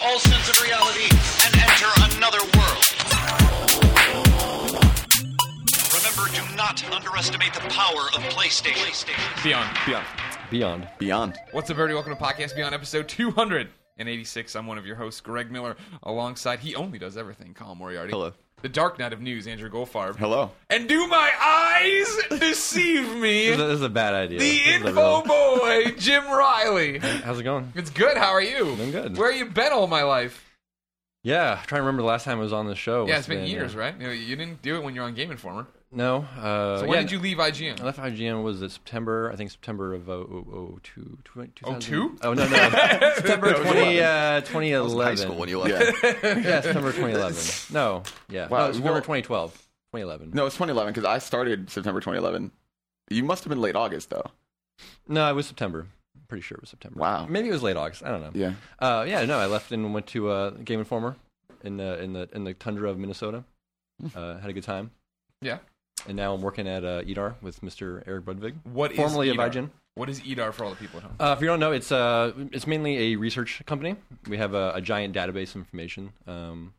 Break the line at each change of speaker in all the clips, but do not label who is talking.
all sense of reality and enter another world. Remember, do not underestimate the power of PlayStation.
Beyond.
Beyond.
Beyond.
Beyond.
What's up, everybody? Welcome to Podcast Beyond, episode 286. I'm one of your hosts, Greg Miller. Alongside, he only does everything, Colin Moriarty.
Hello.
The Dark Knight of News, Andrew Goldfarb.
Hello.
And do my eyes deceive me?
This is, a, this is a bad idea.
the
This is a
info
real-
boy, Jim Riley.
How's it going?
It's good. How are you?
Doing good.
Where you been all my life?
Yeah, I'm trying to remember the last time I was on the show. uh,
Yeah, it's been years, right? You, know, you didn't do it when you were on Game Informer.
No. Uh,
So when
yeah, uh,
did you leave
I
IGN?
left IGN was it September? I think September of uh, oh, oh, two, two, 2000
02?
Oh no no September 20, uh, 2011.
High school when you left.
yeah, September 2011. No, yeah,
Wow,
no, September
well-
2012, 2011.
No, it's 2011 because I started September 2011. You must have been late August though.
No, it was September. I'm pretty sure it was September.
Wow.
Maybe it was late August. I don't know.
Yeah.
Uh, yeah, no, I left and went to uh, Game Informer in the in the in the tundra of Minnesota.
Hmm.
Uh, had a good time,
Yeah.
and now I'm working at uh, EDAR with Mr. Eric Budvig,
What is E
formerly of
EDAR?
IGN.
What is EDAR for all the people at home?
Uh, if you don't know, it's uh, it's mainly a research company. We have a, a giant database of information um,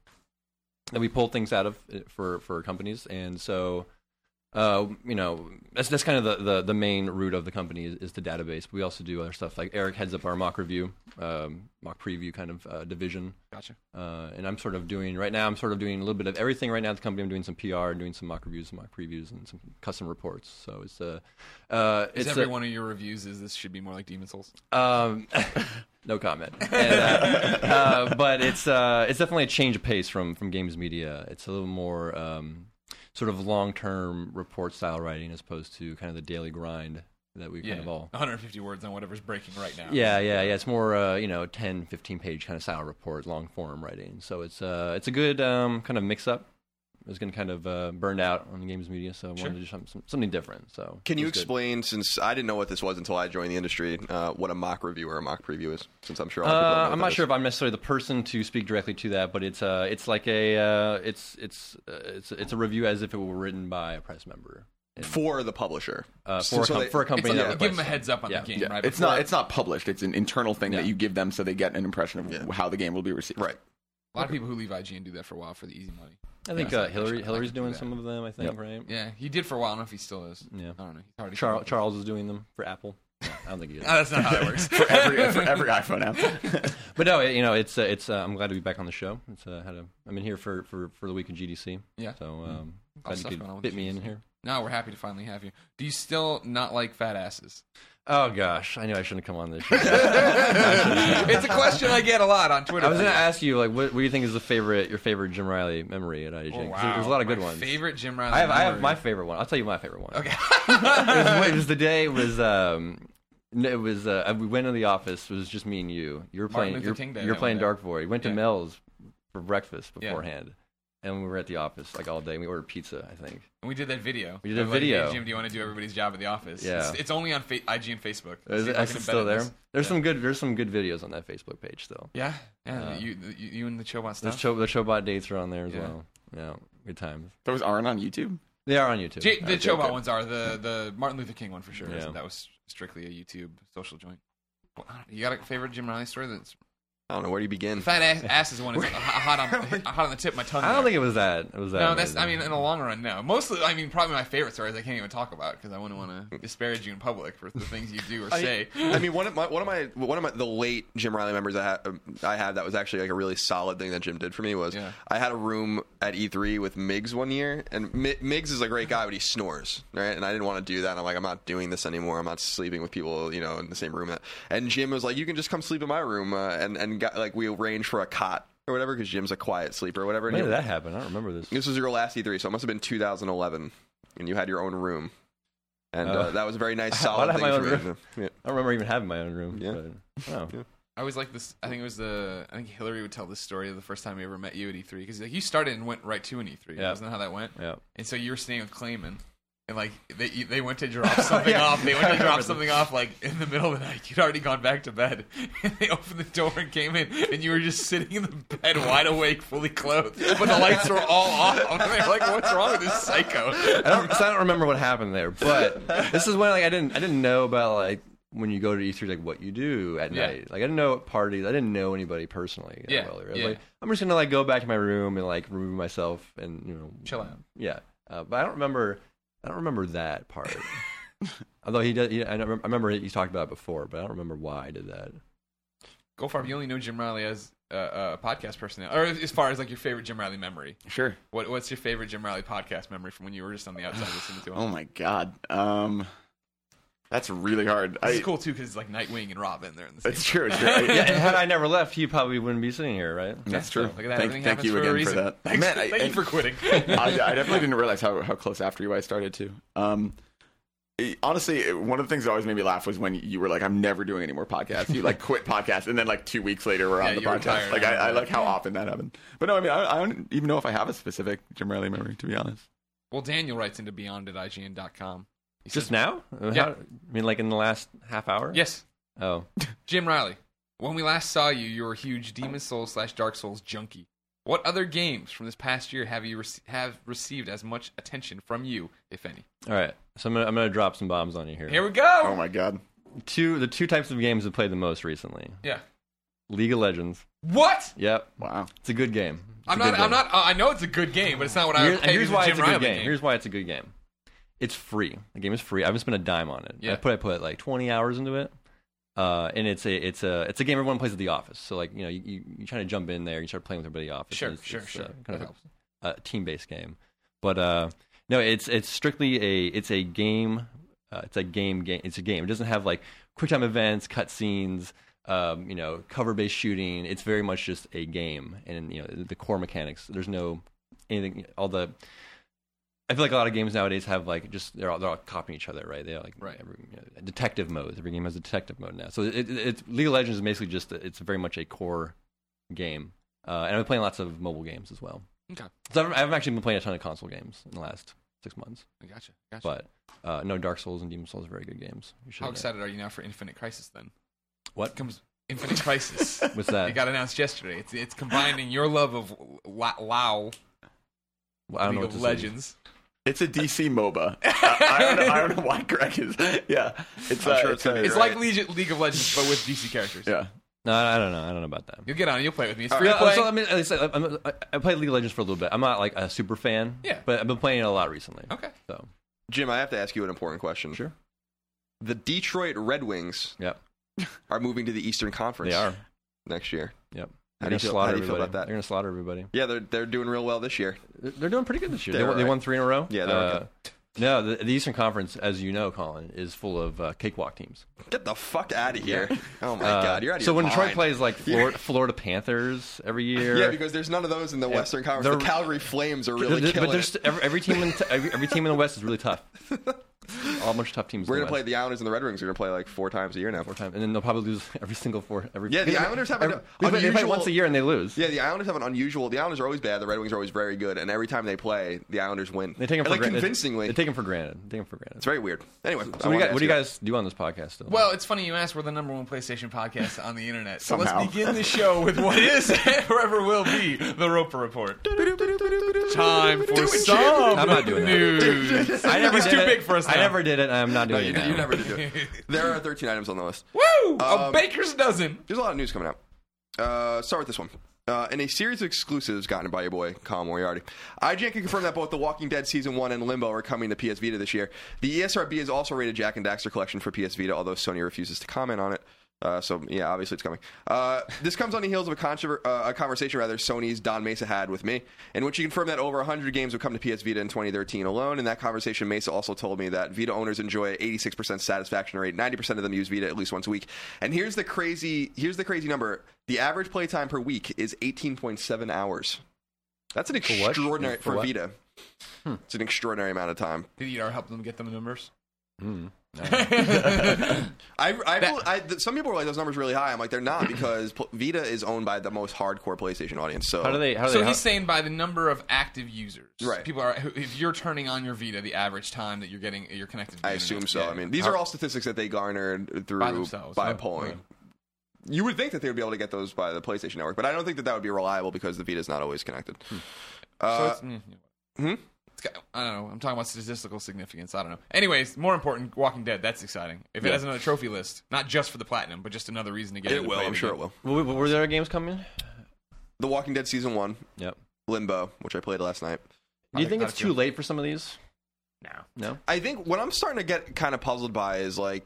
that we pull things out of uh, for for companies, and so uh, you know that's that's kind of the, the, the main root of the company is, is the database. We also do other stuff like Eric heads up our mock review, um, mock preview kind of uh, division,
Gotcha.
uh, and I'm sort of doing right now. I'm sort of doing a little bit of everything right now at the company. I'm doing some PR and doing some mock reviews, some mock previews, and some custom reports. So it's a uh,
Is
it's
every
a,
one of your reviews is this should be more like Demon Souls?
um, no comment. And, uh, uh, but it's uh, it's definitely a change of pace from from games media. It's a little more um, sort of long term report style writing as opposed to kind of the daily grind that we kind of all.
150 words on whatever's breaking right now.
Yeah, yeah, yeah. It's more uh, you know 10, 15 page kind of style report, long form writing. So it's uh, it's a good um, kind of mix up. I was getting kind of uh, burned out on the games media, so I wanted to do some, some, something different. So
Can
it
you
was good.
explain, since I didn't know what this was until I joined the industry, uh, what a mock review or a mock preview is? Since I'm sure all people
Uh,
don't know
I'm
what
not
that
sure
is.
if I'm necessarily the person to speak directly to that, but it's uh, it's like a uh, it's it's uh, it's it's a review as if it were written by a press member
for the publisher.
uh, for,
So-
a
so
com-
they-
for a company.
It's
that
like, give them a
requests
heads up on
Yeah.
the game,
Yeah.
right?
It's
Before-
not. It's not published. It's an internal thing that
Yeah.
you give them so they get an impression of
Yeah.
how the game will be received.
Right.
a lot of people who leave IGN do that for a while for the easy money.
I think
Yeah.
uh, Hillary
I
Hillary's
could do
doing
that.
some of them. I think right.
Yeah, he did for a while. I don't know if he still is.
Yeah.
I don't know. He's hard to
Charles
keep up
Charles is doing them for Apple. I don't think he is.
with. No, that's not how it works.
For every for every iPhone app.
But no, you know, it's uh, it's. Uh, I'm glad to be back on the show. It's uh, had a. I'm in here for for for the week of GDC.
Yeah. Mm-hmm.
So um, glad you
stuff going on
could
with
fit me in
GDC.
here.
no, we're happy to finally have you. Do you still not like fat asses?
Oh gosh, I knew I shouldn't have come on this. show.
it's a question I get a lot on Twitter.
I was going to ask you, like, what, what do you think is the favorite your favorite Jim Riley memory at IGN? 'Cause
Oh, wow.
There's a lot of good
My
ones.
Favorite Jim Riley.
I have, I have
memory.
my favorite one. I'll tell you my favorite one.
Okay.
it, was, it was the day. It was um, no, it was uh, we went to the office. It was just me and you. You were
Martin
playing.
Luther
You're,
King Day,
you're
that
playing
one day.
Dark Void. We went to
Yeah.
Mel's for breakfast
Yeah.
beforehand, and we were at the office like all day. and We ordered pizza, I think.
And we did that video.
We did a
Of, like,
video.
hey, Jim, do you want to do everybody's job at the office?
Yeah.
It's, it's only on fa- IG and Facebook.
Is
See
it
if I can
actually
embed
still
it
there?
in this.
There's some good. There's some good videos on that Facebook page still.
Yeah. Yeah.
Uh,
you, you, you and the Chobot
The
stuff.
show, the Showbot dates are on there as
Yeah.
well. Yeah, good times.
Those aren't on YouTube.
They are on YouTube.
J- the
okay,
Chobot
okay.
ones are the the Martin Luther King one for sure.
Yeah.
isn't- That was strictly a YouTube social joint. Well, I don't- You got a favorite Jim Riley story? That's
I don't know. Where do you begin?
fat ass, asses one is h- hot on hot on the tip of my tongue.
I don't
there.
think it was that. It was that.
No, that's I
amazing.
mean in the long run, no. Mostly, I mean probably my favorite stories I can't even talk about because I wouldn't want to disparage you in public for the things you do or say.
I mean, one of my one of my one of my the late Jim Riley members I had I had that was actually like a really solid thing that Jim did for me was
Yeah.
I had a room at E3 with Miggs one year, and Mi- Miggs is a great guy, but he snores, right? And I didn't want to do that. and I'm like, I'm not doing this anymore. I'm not sleeping with people, you know, in the same room. And Jim was like, you can just come sleep in my room, uh, and and got, like we arranged for a cot or whatever because Jim's a quiet sleeper or whatever. And
When
he-
did that happen? I don't remember this.
This was your last E3, so it must have been 2011, and you had your own room, and uh,
Oh.
that was a very nice,
I- why'd
solid
I have
thing
my
for
own
me.
room?
Yeah.
I don't remember even having my own room.
Yeah.
But, oh.
I was like this. I think it was the. I think Hillary would tell this story of the first time we ever met you at E3 because like you started and went right to an E3.
Yeah.
Wasn't that how that went?
Yeah.
And so you were staying with Clayman, and like they they went to drop something off. They went to drop something off like in the middle of the night. You'd already gone back to bed, and they opened the door and came in, and you were just sitting in the bed, wide awake, fully clothed, but the lights were all off. And they're like, "What's wrong with this psycho?"
I don't, so I don't remember what happened there, but this is when like I didn't I didn't know about like when you go to E3, like what you do at
Yeah.
night. Like I didn't know at parties. I didn't know anybody personally. that
Yeah,
well, really.
yeah.
Like, I'm just gonna like go back to my room and like remove myself and you know
Chill out.
Yeah, uh, but I don't remember. I don't remember that part. Although he does, he, I, don't, remem- I remember he talked about it before, but I don't remember why I did that.
Go far. You only know Jim Riley as uh, a podcast personality, or as far as like your favorite Jim Riley memory.
Sure.
What What's your favorite Jim Riley podcast memory from when you were just on the outside listening to him?
Oh my god. Um, that's really hard.
It's
I,
cool too because it's like Nightwing and Robin. They're in the same.
It's true. It's true. I-
Yeah, and had I never left, he probably wouldn't be sitting here, right?
That's true.
Look at that.
Thank,
Everything
thank
happens
you
for a
again for
reason.
that.
Thanks.
Man, I,
Thank you
and-
for quitting.
I, I definitely didn't realize how, how close after you I started to. Um, eh, honestly, eh, one of the things that always made me laugh was when you were like, "I'm never doing any more podcasts." You like quit podcasts, and then like two weeks later, we're
Yeah,
on the
you were
podcast.
tired.
Like I, I like how often that happened. But no, I mean, I, I don't even know if I have a specific Jim Riley memory, to be honest.
well, Daniel writes into Beyond at IGN.com. He
Just
says-
now? Uh,
Yeah.
how- I mean, like in the last half hour?
Yes,
Oh,
Jim Riley. When we last saw you, you were a huge Demon Souls slash Dark Souls junkie. What other games from this past year have you rec- have received as much attention from you, if any?
all right. So I'm gonna, I'm gonna drop some bombs on you here.
Here we
Oh
go.
my god,
two the two types of games I've played the most recently.
Yeah.
League of Legends.
What?
Yep,
wow.
it's a good game. It's
I'm
a good
not. I'm
game.
not. Uh, I know it's a good game, but it's not what I
Here-
would
and
pay
here's
as a
why
Jim
it's a good
Riley
game. Here's why it's a good game. It's free. The game is free. I haven't spent a dime on it.
Yeah.
I put I put like 20 hours into it. Uh, and it's a it's a it's a game everyone plays at the office. So like you know you you, you try to jump in there, you start playing with everybody at the office.
Sure,
and it's-
sure,
it's,
sure.
uh,
That
kind of
helps.
a, a team based game, but uh, no, it's it's strictly a it's a game. Uh, it's a game game. It's a game. It doesn't have like quick time events, cutscenes, um, you know, cover based shooting. It's very much just a game, and you know the core mechanics. There's no anything. All the I feel like a lot of games nowadays have like just they're all, they're all copying each other, right? They're like
Right.
every, you know, detective mode. Every game has a detective mode now. So it, it, it's League of Legends is basically just it's very much a core game, uh, and I've been playing lots of mobile games as well.
Okay.
So I've, I've actually been playing a ton of console games in the last six months,
I Gotcha. Gotcha.
but uh, no, Dark Souls and Demon Souls are very good games. You should
How
know.
excited are you now for Infinite Crisis then?
What?
comes Infinite Crisis?
What's that?
it got announced yesterday. It's it's combining your love of Wa- WoW,
Well, I don't know
League
what
of
this is.
Legends.
It's a DC MOBA. I, I don't know. I don't know why Greg is. Yeah, it's.
I'm
uh,
sure
it's,
it's gonna
a-
be
It's
Right.
like League, League of Legends, but with DC characters.
yeah.
No, I don't know. I don't know about that.
You'll get on. it, You'll play with me. It's free
Yeah,
to play.
so, um, I mean, at least I, I'm, I- I played League of Legends for a little bit. I'm not like a super fan,
Yeah.
but I've been playing it a lot recently.
okay.
So
Jim, I have to ask you an important question.
Sure.
The Detroit Red Wings
yeah,
are moving to the Eastern Conference.
they are.
next year.
Yep.
How
They're
do
gonna
you feel-
slaughter
how do you feel
everybody.
about that?
They're gonna slaughter everybody.
Yeah, they're they're doing real well this year.
They're, they're doing pretty good this year. They,
They're
won- they
all
won three in a row.
Yeah, they're
Uh,
okay.
No, the, the Eastern Conference, as you know, Colin, is full of uh, cakewalk teams.
Get the fuck out of here! Oh my
Uh,
god, you're out of
so
your
when
mind.
Detroit plays like Florida, Florida Panthers every year,
yeah, because there's none of those in the Western Conference.
They're-
the Calgary Flames are really
Th- th-
killing
but there's
it.
st- every, every team in t- every, every team in the West is really tough. All a bunch of tough teams.
We're
in
gonna
the
play
West.
the Islanders and the Red Wings. We're gonna play like four times a year now.
Four times, and then they'll probably lose every single four. Every
Yeah, the
because they-
Islanders have a-
every- they play- they play
unusual-
once a year and they lose.
Yeah, the Islanders have an unusual. The Islanders are always bad. The Red Wings are always very good, and every time they play, the Islanders win.
they take them for
like
granted.
convincingly.
They take them for granted. They take 'em for granted.
it's very weird. Anyway,
So what do, you guys, what do you guys do on this podcast? Still,
Well, it's funny you asked. We're the number one PlayStation podcast on the internet. So
Somehow.
let's begin the show with what is and forever will be the Roper Report. Time for some
I'm not doing that.
news.
I never
He's
did
too
it.
big for us.
I
now.
never did it. and I'm not doing
You,
it. now.
you never did do it. There are 13 items on the list.
Woo! a
Um,
baker's dozen.
There's a lot of news coming out. Uh, start with this one. Uh, in a series of exclusives gotten by your boy Colin Moriarty, IGN can confirm that both The Walking Dead Season 1 and Limbo are coming to PS Vita this year. The E ESRB has also rated Jack and Daxter Collection for PS Vita, although Sony refuses to comment on it. Uh, so yeah, obviously it's coming. Uh, this comes on the heels of a, controver- uh, a conversation rather Sony's Don Mesa had with me, in which he confirmed that over 100 games would come to PS Vita in 2013 alone. In that conversation, Mesa also told me that Vita owners enjoy an 86% satisfaction rate. 90% of them use Vita at least once a week. And here's the crazy here's the crazy number: the average playtime per week is 18.7 hours. That's an
what?
extraordinary
For
for,
what? Hmm.
Vita. It's an extraordinary amount of time.
Did ER help them get them numbers?
Mm.
I, I, I- th- some people are like those numbers are really high. I'm like they're not because pl- Vita is owned by the most hardcore PlayStation audience. So
How do they? How do
So
they?
he's saying by the number of active users,
Right.
People are who- if you're turning on your Vita, the average time that you're getting you're connected. To the
I
internet.
assume so.
Yeah.
I mean, these are all statistics that they garnered through
By themselves,
by
yeah.
polling. You would think that they would be able to get those by the PlayStation Network, but I don't think that that would be reliable because the Vita is not always connected.
Hmm. so
Uh,
it's, mm, you know.
hmm?
It's got, I don't know. I'm talking about statistical significance. I don't know. Anyways, more important, Walking Dead. That's exciting. If it has another trophy list, not just for the platinum, but just another reason to get
It will. I'm sure it will.
Were, were there games coming?
The Walking Dead season one,
Yep.
Limbo, which I played last night.
Do you think
I
it's
feel-
too late for some of these?
Now,
No.
I think what I'm starting to get kind of puzzled by is like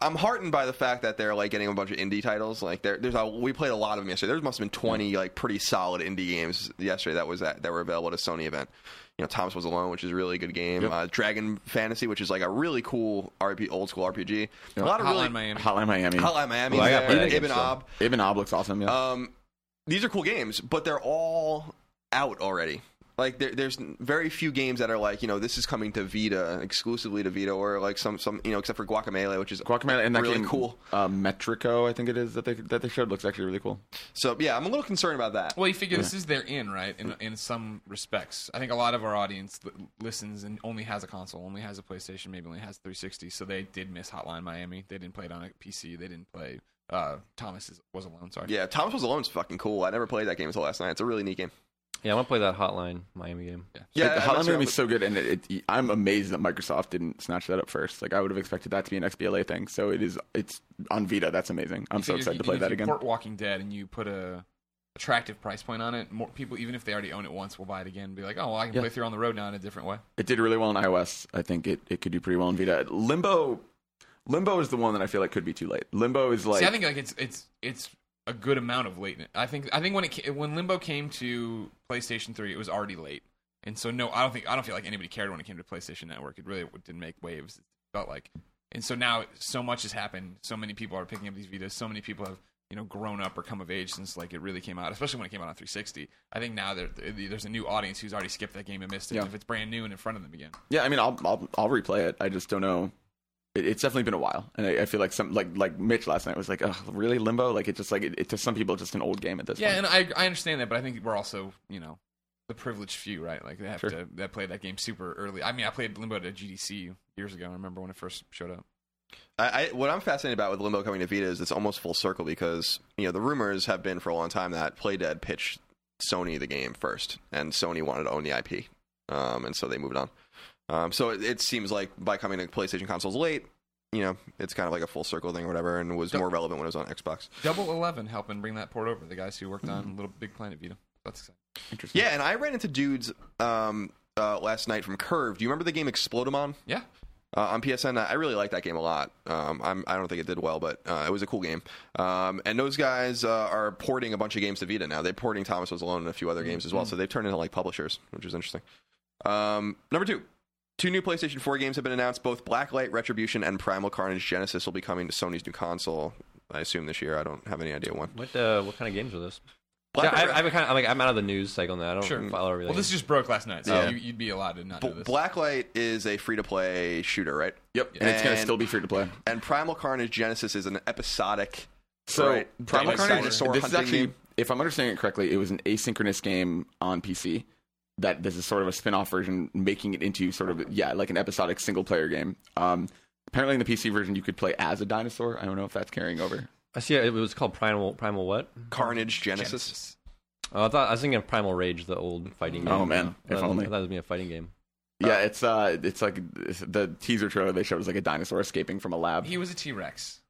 I'm heartened by the fact that they're like getting a bunch of indie titles. Like there, there's a, we played a lot of them yesterday. There must have been 20 like pretty solid indie games yesterday that was at, that were available at a Sony event. You know, Thomas was alone, which is a really good game. Uh, Dragon Fantasy, which is like a really cool RP, old school RPG. A lot of
Hotline
really
Miami.
Hotline Miami.
Hotline Miami,
Well, I gotta
there,
play that game
Ibn
still.
Ob.
Ibn Ob looks awesome. Yeah.
Um, these are cool games, but they're all out already. Like there, there's very few games that are like you know this is coming to Vita exclusively to Vita or like some some you know except for Guacamelee, which is
Guacamole and that
really
game,
cool.
Uh, Metrico, I think it is that they that they showed looks actually really cool.
So yeah, I'm a little concerned about that.
Well, you figure this is their in, right? In in some respects, I think a lot of our audience l- listens and only has a console, only has a PlayStation, maybe only has 360. So they did miss Hotline Miami. They didn't play it on a PC. They didn't play. Uh, Thomas is, was alone. Sorry.
Yeah, Thomas was alone is fucking cool. I never played that game until last night. It's a really neat game.
Yeah, I want to play that Hotline Miami game.
Yeah,
like,
I'm not
Hotline
sure-
Miami is so good, and it, it, I'm amazed that Microsoft didn't snatch that up first. Like I would have expected that to be an XBLA thing. So it is. It's on Vita. That's amazing. I'm so
If you-
excited to
if
play
you
that again.
Port Walking Dead, and you put a attractive price point on it. More people, even if they already own it once, will buy it again. and Be like, oh, well, I can play through on the road now in a different way.
It did really well on iOS. I think it, it could do pretty well on Vita. Limbo, Limbo is the one that I feel like could be too late. Limbo is like
See, I think like it's it's it's a good amount of lateness. I think I think when it ca- when Limbo came to PlayStation Three, it was already late, and so no, I don't think I don't feel like anybody cared when it came to PlayStation Network. It really didn't make waves. It felt like, and so now so much has happened. So many people are picking up these Vitas. So many people have you know grown up or come of age since like it really came out, especially when it came out on 360. I think now there, there's a new audience who's already skipped that game and missed it.
Yeah.
If it's brand new and in front of them again,
yeah. I mean, I'll I'll, I'll replay it. I just don't know. It, it's definitely been a while, and I, I feel like some like like Mitch last night was like, oh, really Limbo? Like it just like it, it, to some people it's just an old game at this
Yeah,
point.
and I I understand that, but I think we're also you know the privileged few, right? Like they have
Sure.
to they play that game super early. I mean, I played Limbo at GDC years ago. I remember when it first showed up.
I, I, what I'm fascinated about with Limbo coming to Vita is it's almost full circle because you know the rumors have been for a long time that Playdead pitched Sony the game first, and Sony wanted to own the IP, um, and so they moved on. Um, so it, it seems like by coming to PlayStation consoles late, you know, it's kind of like a full circle thing or whatever, and was more relevant when it was on Xbox.
Double Eleven helping bring that port over. The guys who worked
Mm.
on Little Big Planet Vita. That's exciting.
Interesting.
Yeah, and I ran into dudes um, uh, last night from Curve. Do you remember the game Explodemon?
Yeah,
uh, on PSN. I I really like that game a lot. Um, I'm, I don't think it did well, but uh, it was a cool game. Um, and those guys uh, are porting a bunch of games to Vita now. They're porting Thomas Was Alone and a few other games as well. So they've turned into like publishers, which is interesting. Um, number two. Two new PlayStation 4 games have been announced. Both Blacklight Retribution and Primal Carnage Genesis will be coming to Sony's new console. I assume this year. I don't have any idea when.
What uh, what kind of games are those? Yeah,
Blacklight
I, I'm kind of I'm like I'm out of the news cycle now. I don't
Mm.
Sure.
follow everything.
Well, this just broke last night, so
Yeah.
you, you'd be allowed to not do
B-
this.
Blacklight is a free to play shooter, right?
Yep. And it's gonna
And-
still be free to play.
And Primal Carnage Genesis is an episodic.
So
right,
Primal
like
Carnage.
dinosaur
This is
hunting
actually,
game.
if I'm understanding it correctly, it was an asynchronous game on PC. That this is sort of a spin-off version, making it into sort of yeah, like an episodic single-player game. Um, apparently, in the PC version, you could play as a dinosaur. I don't know if that's carrying over.
I see. It was called Primal Primal what?
Carnage Genesis.
Genesis.
Oh, I thought I was thinking of Primal Rage, the old fighting. game.
Oh, man.
I thought
If
it was-
only.
I thought it was gonna be a fighting game.
yeah, it's uh, it's like the teaser trailer they showed was like a dinosaur escaping from a lab.
He was a T Rex.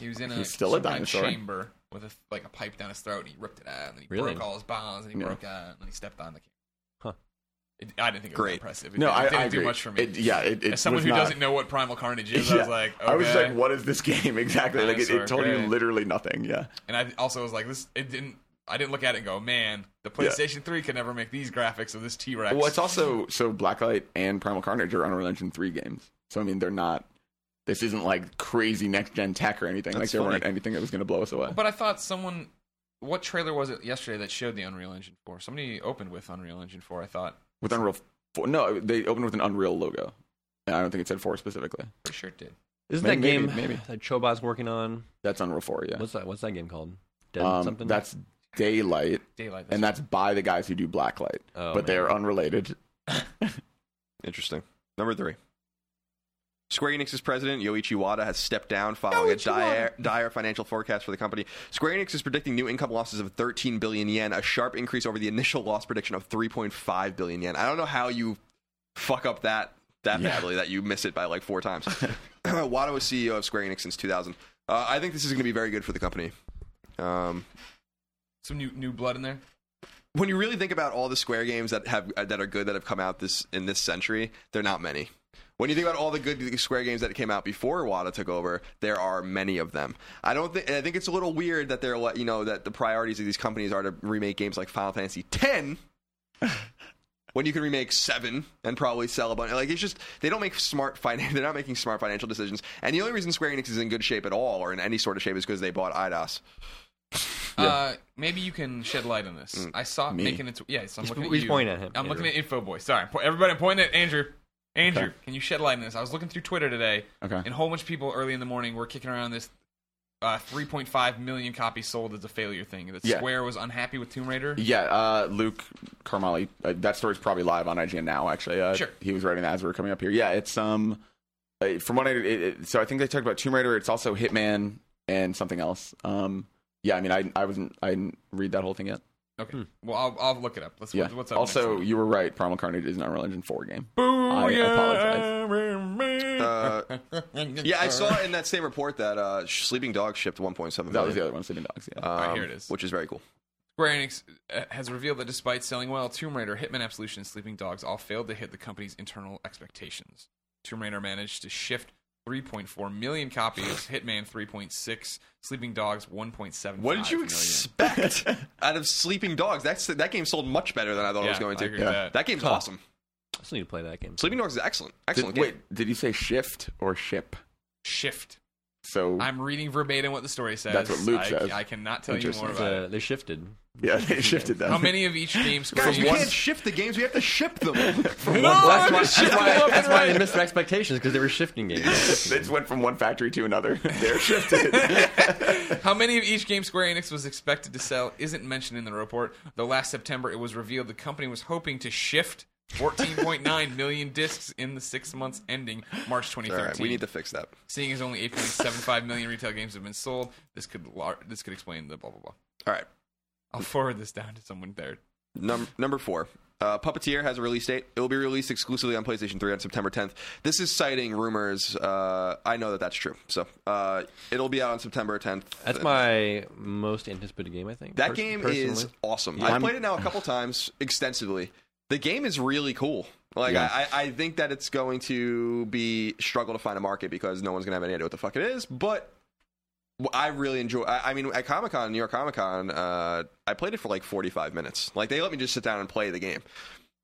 He was in a,
He's still a
some kind of
dinosaur.
chamber with a, like a pipe down his throat, and he ripped it out, and he
Really?
broke all his bones, and he
Yeah.
broke out, and he stepped on the.
Huh.
It, I didn't think it was
Great.
impressive. It
no,
didn't,
I,
it didn't
I
do
agree.
much for me.
It, yeah, it, it
As someone
was
who
not-
doesn't know what Primal Carnage is, I was like, okay.
I was just like, what is this game exactly? Like, it, it
Dinosaur,
told you
okay.
literally nothing. Yeah.
and I also was like, this. It didn't. I didn't look at it and go, man, the
Yeah.
PlayStation Three could never make these graphics of this T Rex.
Well, it's also so Blacklight and Primal Carnage are Unreal Engine three games. So I mean, they're not. This isn't like crazy next gen tech or anything. like
That's
there
funny.
weren't anything that was going to blow us away.
But I thought someone. What trailer was it yesterday that showed the Unreal Engine Four? Somebody opened with Unreal Engine Four. I thought.
With Unreal four, no, they opened with an Unreal logo. And I don't think it said four specifically.
Pretty sure it did.
Isn't
Maybe-
that game
maybe- maybe.
that Chobot's working on?
That's Unreal four. Yeah.
What's that? What's that game called? Dead
Um,
something.
that's Daylight,
Daylight.
and that's by the guys who do Blacklight,
Oh,
but they
man.
are unrelated.
Interesting. Number three. Square Enix's president Yoichi Wada has stepped down following a dire, dire financial forecast for the company. Square Enix is predicting new income losses of 13 billion yen, a sharp increase over the initial loss prediction of 3.5 billion yen. I don't know how you fuck up that that badly that you miss it by like four times. Wada was CEO of Square Enix since 2000. Uh, I think this is going to be very good for the company. Um,
Some new new blood in there.
when you really think about all the Square games that have uh, that are good that have come out this in this century, they're not many. When you think about all the good Square games that came out before WADA took over, there are many of them. I don't think I think it's a little weird that they're let- you know that the priorities of these companies are to remake games like Final Fantasy X when you can remake seven and probably sell a bunch. Like it's just they don't make smart finan- They're not making smart financial decisions. And the only reason Square Enix is in good shape at all or in any sort of shape is because they bought IDOS.
Uh, maybe you can shed light on this. I saw it
Me?
making its. Yeah, so I'm looking at
he's
you.
pointing at him,
I'm
Andrew.
looking at Info Boy. Sorry, I'm po- everybody. I'm pointing at Andrew. Andrew, can you shed light on this? I was looking through Twitter today,
Okay.
and a whole bunch of people early in the morning were kicking around this uh, 3.5 million copies sold as a failure thing. That
Yeah.
Square was unhappy with Tomb Raider.
Yeah, uh, Luke Carmali. Uh, that story's probably live on IGN now. Actually, uh,
Sure.
He was writing that as we were coming up here. Yeah, it's um, uh, from what I it, it, so I think they talked about Tomb Raider. It's also Hitman and something else. Um, yeah, I mean, I I wasn't I didn't read that whole thing yet.
Okay. Well, I'll, I'll look it up. Let's.
Yeah.
What's up?
also,
next
you were right. Primal Carnage is an Unreal Engine four game.
Booyah,
I apologize.
remember.
Uh, Yeah, I saw in that same report that uh, Sleeping Dogs shipped 1.7 million.
That was the other one, Sleeping Dogs. Yeah.
Um,
Alright, here it is.
Which is very cool.
Square Enix uh, has revealed that despite selling well, Tomb Raider, Hitman Absolution, and Sleeping Dogs all failed to hit the company's internal expectations. Tomb Raider managed to shift 3.4 million copies, Hitman 3.6, Sleeping Dogs 1.7.
What did you expect out of Sleeping Dogs? That's that game sold much better than I thought it was
Yeah,
going
I
to.
agree with that.
game's
Huh.
awesome.
I still need to play that game.
Sleeping Dogs is excellent.
Did,
Excellent game.
wait, did you say shift or ship?
Shift.
So
I'm reading verbatim what the story says.
That's what Luke
I,
says.
I cannot tell you
Interesting.
more
It's,
about
uh,
it.
they shifted.
yeah, they shifted that.
How many of each game Square
Guys, you
Enix-
can't ship the games. We have to ship them.
No,
That's
I'm
why,
just-
that's why, that's why they missed their expectations because they were shifting games.
they just went from one factory to another. They're shifted.
How many of each game Square Enix was expected to sell isn't mentioned in the report, though last September it was revealed the company was hoping to shift 14.9 million discs in the six months ending March 2013.
All right, we need to fix that.
Seeing as only 8.75 million retail games have been sold, this could lar- this could explain the blah blah blah.
All right,
I'll forward this down to someone there.
Num- number four. Uh, Puppeteer has a release date. It will be released exclusively on PlayStation 3 on September 10th. This is citing rumors. Uh, I know that that's true. So uh, it'll be out on September 10th.
That's my most anticipated game, I think.
That
pers-
game is
personally.
awesome.
Yeah.
I've
I'm-
played it now a couple times extensively. The game is really cool. Like
Yeah.
I, I I think that it's going to be struggle to find a market because no one's gonna have any idea what the fuck it is. But wh- I really enjoy. I, I mean, at Comic Con, New York Comic Con, uh, I played it for like forty five minutes. Like they let me just sit down and play the game,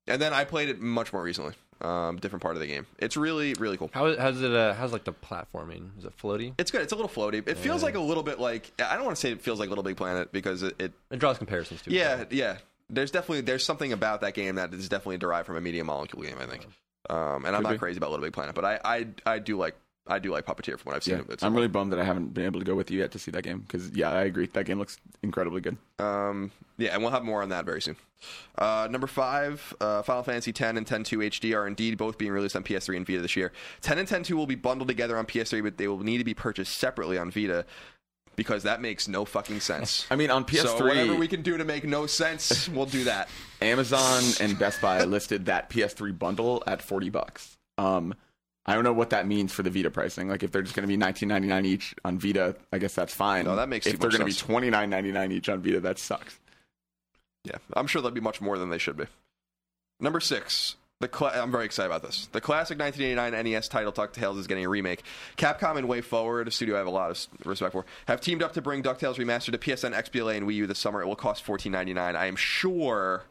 and then I played it much more recently. Um, different part of the game. It's really really cool.
How is, how's it? Uh, how's like the platforming? Is it floaty?
It's good. It's a little floaty. It feels like a little bit like I don't want to say it feels like Little Big Planet because it, it
It draws comparisons to. each
yeah,
other.
yeah. There's definitely there's something about that game that is definitely derived from a media molecule game. I think, um, and I'm
Could
not
be.
crazy about Little Big Planet, but I, I I do like I do like Puppeteer from what I've seen
Yeah,
of it.
I'm really bummed that I haven't been able to go with you yet to see that game because yeah, I agree. That game looks incredibly good.
um, yeah, and we'll have more on that very soon. Uh, number five, uh, Final Fantasy X and X 2 HD are indeed both being released on PS3 and Vita this year. Ten and X 2 will be bundled together on PS3, but they will need to be purchased separately on Vita because that makes no fucking sense.
I mean, on PS3,
So whatever we can do to make no sense, we'll do that.
Amazon and Best Buy listed that PS3 bundle at 40 bucks. Um, I don't know what that means for the Vita pricing. Like, if they're just going to be 19.99 each on Vita, I guess that's fine.
No, that makes too
if they're
much
gonna
sense.
be 29.99 each on Vita, that sucks.
Yeah, I'm sure there'll be much more than they should be. Number six. The cla- I'm very excited about this. The classic 1989 NES E title DuckTales is getting a remake. Capcom and Way Forward, a studio I have a lot of s- respect for, have teamed up to bring DuckTales Remastered to PSN, XBLA, and Wii U this summer. It will cost $14.99. I am sure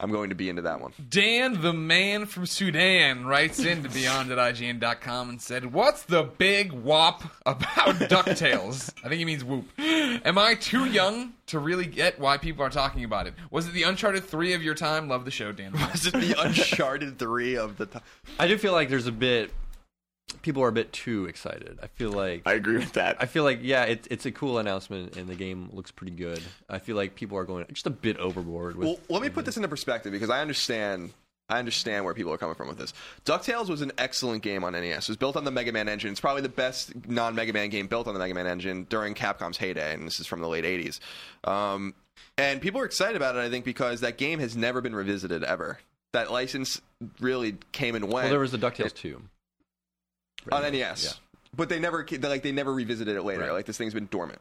I'm going to be into that one.
Dan, the man from Sudan, writes in to Beyond at IGN.com and said, What's the big whop about DuckTales? I think he means whoop. Am I too young to really get why people are talking about it? Was it the Uncharted 3 of your time? Love the show, Dan.
Is it the Uncharted 3 of the time?
I do feel like there's a bit. People are a bit too excited. I feel like.
I agree with that.
I feel like yeah, it's it's a cool announcement and the game looks pretty good. I feel like people are going just a bit overboard with
Well, let me put this into perspective because I understand. I- I understand where people are coming from with this. DuckTales was an excellent game on NES. It was built on the Mega Man engine. It's probably the best non Mega Man game built on the Mega Man engine during Capcom's heyday, and this is from the late 80s. Um, and people are excited about it, I think, because that game has never been revisited ever. That license really came and went
Well, there was the Ducktales two
on NES. But they never they, like they never revisited it later.
Right.
Like this thing's been dormant.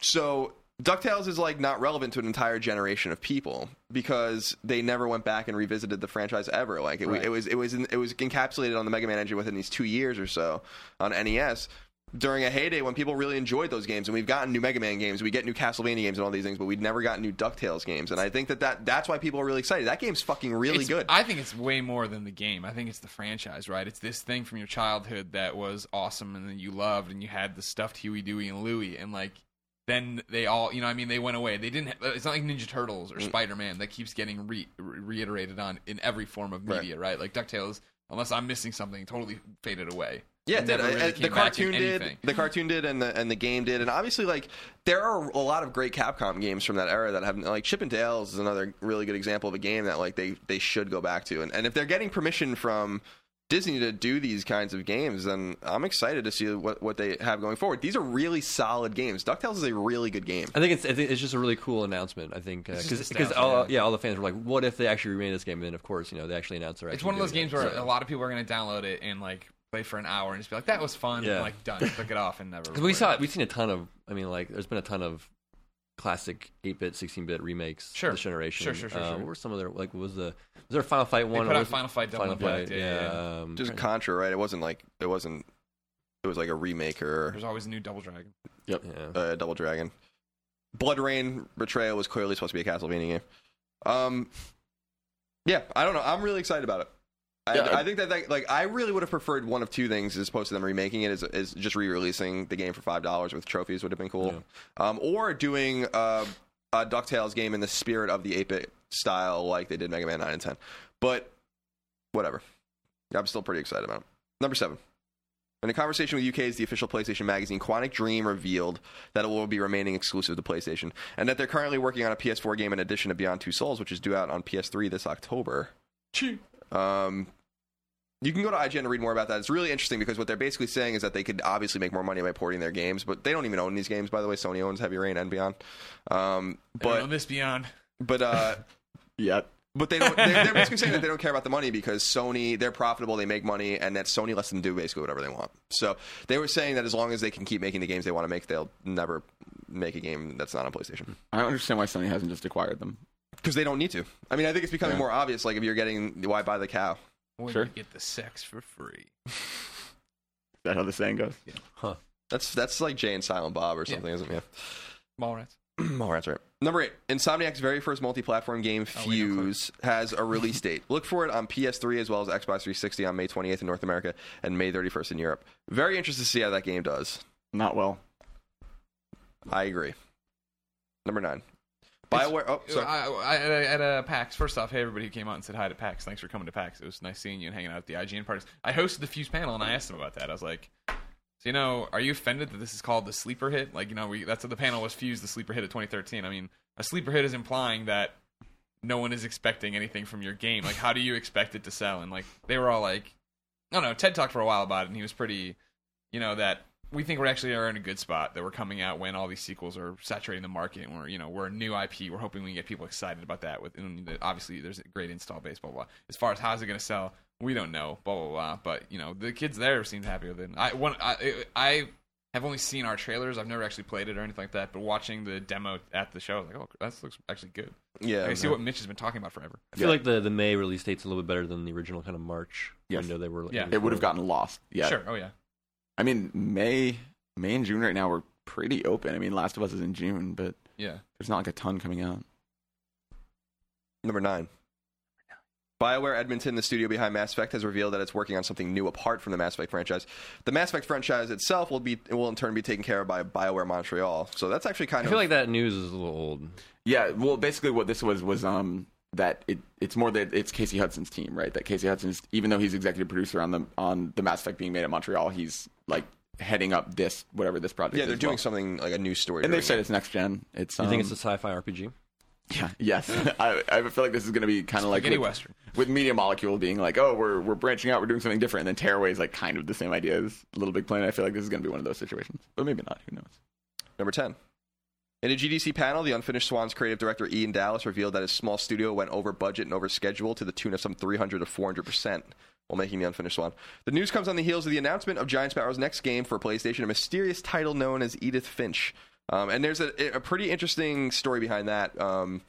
So DuckTales is like not relevant to an entire generation of people because they never went back and revisited the franchise ever. Like it,
Right.
it was it was in, it was encapsulated on the Mega Man engine within these 2 years or so on NES during a heyday when people really enjoyed those games and we've gotten new Mega Man games, we get new Castlevania games and all these things, but we'd never gotten new DuckTales games. And I think that, that that's why people are really excited. That game's fucking really
It's-
good.
I think it's way more than the game. I think it's the franchise, right? It's this thing from your childhood that was awesome and that you loved, and you had the stuffed Huey, Dewey, and Louie, and like then they all, you know, what I mean, they went away. They didn't. ha- It's not like Ninja Turtles or Spider Man that keeps getting re- re- reiterated on in every form of
Right.
media, right? Like Ducktales. Unless I'm missing something, totally faded away. It
Yeah, it did.
never
Uh,
really
uh,
came
the
back in
cartoon did.
anything.
The cartoon did, and the and the game did, and obviously, like there are a lot of great Capcom games from that era that have like Chip and Dale's is another really good example of a game that like they they should go back to, and and if they're getting permission from. Disney to do these kinds of games, then I'm excited to see what, what they have going forward. These are really solid games. DuckTales is a really good game.
I think it's I think it's just a really cool announcement. I think
It's
because
just
because
nostalgia,
all yeah all the fans were like, what if they actually remade this game? And then of course you know they actually announced they're
It's
actually
one of those
doing
games
it.
where
So-
a lot of people are going to download it and like play for an hour and just be like, "That was fun,"
Yeah.
and like done, click it off, and never.
'Cause we
play it.
saw it. We've seen a ton of. I mean, like, there's been a ton of classic 8-bit, 16-bit remakes.
Sure.
This generation.
Sure, sure, sure,
Uh,
sure.
What were some of their like? What was the was there a Final Fight one?
put
or
out
was it-
Final Fight Double
Final
Impact,
Fight.
yeah, yeah,
yeah. Um,
Just
trying-
Contra, right? It wasn't like it wasn't. It was like a remake or
There's always a new Double Dragon.
yeah.
uh, Double Dragon. Blood Rain Betrayal was clearly supposed to be a Castlevania game. Um, yeah, I don't know. I'm really excited about it. I,
Yeah.
I think that, that like I really would have preferred one of two things as opposed to them remaking it is is just re-releasing the game for five dollars with trophies would have been cool, um, or doing uh, a Ducktales game in the spirit of the 8-bit style like they did Mega Man Nine and Ten. But whatever, I'm still pretty excited about it. Number seven. In a conversation with UK's the official PlayStation magazine, Quantic Dream revealed that it will be remaining exclusive to PlayStation, and that they're currently working on a PS4 game in addition to Beyond Two Souls, which is due out on PS3 this October. Um, you can go to IGN to read more about that. It's really interesting because what they're basically saying is that they could obviously make more money by porting their games, but they don't even own these games. By the way, Sony owns Heavy Rain and Beyond, um,
But on
but
this beyond,
but uh,
Yeah.
but they don't. They're, they're basically saying that they don't care about the money because Sony, they're profitable, they make money, and that Sony lets them do basically whatever they want. So they were saying that as long as they can keep making the games they want to make, they'll never make a game that's not on PlayStation
I don't understand why Sony hasn't just acquired them.
because they don't need to. I mean, I think it's becoming
Yeah.
more obvious. Like if you're getting, why buy the cow?
when
Sure.
you get the sex for free.
Is that how the saying goes?
That's that's like Jay and Silent Bob or something, isn't it?
Mallrats.
Yeah. All right, that's right. Number eight, Insomniac's very first multi-platform game,
Oh, we know Clue.
Fuse, has a release date. Look for it on PS3 as well as Xbox 360 on May 28th in North America and May 31st in Europe. Very interested to see how that game does.
Not well.
I agree. Number nine. Bioware. Oh,
So
sorry.
I, I, at, a, at a PAX, first off, hey everybody who came out and said hi to PAX, thanks for coming to PAX. It was nice seeing you and hanging out at the IGN parties. I hosted the Fuse panel and I asked them about that. I was like, so you know, are you offended that this is called the sleeper hit? Like, you know, we, that's what the panel was Fuse, the sleeper hit of 2013. I mean, a sleeper hit is implying that no one is expecting anything from your game. Like, how do you expect it to sell? And like, they were all like, I don't know. Ted talked for a while about it and he was pretty you know that we think we're actually are in a good spot that we're coming out when all these sequels are saturating the market and we're you know we're a new IP we're hoping we can get people excited about that with and obviously there's a great install base blah blah, blah. as far as how's it going to sell we don't know blah blah blah but you know the kids there seemed happy with it I one I I have only seen our trailers I've never actually played it or anything like that but watching the demo at the show I was like oh that looks actually good
yeah.
I can see what Mitch has been talking about forever
I feel like the, the May release date's a little bit better than the original kind of March
Yes.
window they were.
Yeah.
aiming
It would have
for.
gotten lost. Yeah.
sure oh yeah
I mean, May, May and June right now were pretty open. I mean, Last of Us is in June, but
yeah
there's not like a ton coming out.
Number nine. BioWare Edmonton, the studio behind Mass Effect, has revealed that it's working on something new apart from the Mass Effect franchise. The Mass Effect franchise itself will be will in turn be taken care of by BioWare Montreal. So that's actually
I
kind of
feel like that news is a little old.
Yeah, well, basically, what this was was um that it it's more that it's Casey Hudson's team, right? That Casey Hudson is even though he's executive producer on the on the Mass Effect being made at Montreal, he's like heading up this whatever this project.
yeah, they're
is
doing
well.
something like a new story.
and they
driven.
said it's next gen. It's
You
um,
think it's a sci-fi RPG?
Yeah. Yes. I, I feel like this is going to be kind of like
Spaghetti
with-
Western.
with Media Molecule being like, oh, we're we're branching out, we're doing something different, and then Tearaway is like kind of the same idea as Little Big Planet. I feel like this is going to be one of those situations, but maybe not. Who knows?
Number 10. In a GDC panel, the Unfinished Swans creative director Ian Dallas revealed that his small studio went over budget and over schedule to the tune of some 300 to 400% while making The Unfinished Swan. The news comes on the heels of the announcement of Giant Sparrow's next game for PlayStation, a mysterious title known as Edith Finch. Um, and there's a, a pretty interesting story behind that. Um,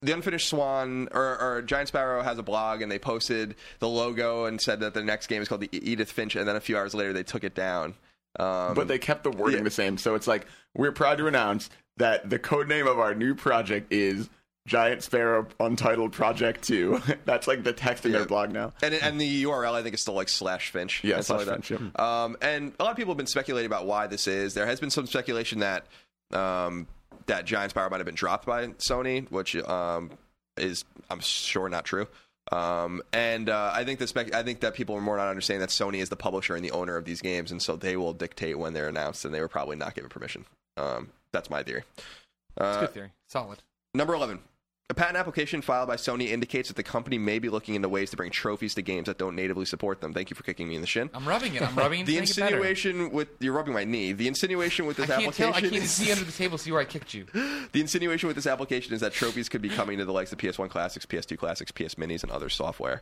the unfinished swan or, or giant sparrow has a blog and they posted the logo and said that their next game is called the E-, edith finch and then a few hours later they took it down um,
but they kept the wording
yeah.
the same, so it's like we're proud to announce that the code name of our new project is Giant Sparrow Untitled Project Two. That's like the text in
Yeah.
their blog now.
and and the URL I think is still like slash Finch.
Yeah,
and stuff
slash
like that.
Finch,
Um, and a lot of people have been speculating about why this is. There has been some speculation that um, that Giant Spire might have been dropped by Sony, which um, is I'm sure not true. Um, and uh, I think the spec- I think that people are more not understanding that Sony is the publisher and the owner of these games, and so they will dictate when they're announced, and they were probably not given permission. Um, that's my theory.
It's
Uh,
good theory. Solid.
Number 11. A patent application filed by Sony indicates that the company may be looking into ways to bring trophies to games that don't natively support them. Thank you for kicking me in the shin.
I'm rubbing it. I'm rubbing it.
The
to make it better.
insinuation with you're rubbing my knee. The insinuation with
I
this
can't
application
tell. I can't
is-
see under the table. See where I kicked you.
the insinuation with this application is that trophies could be coming to the likes of PS1 classics, PS2 classics, PS minis, and other software.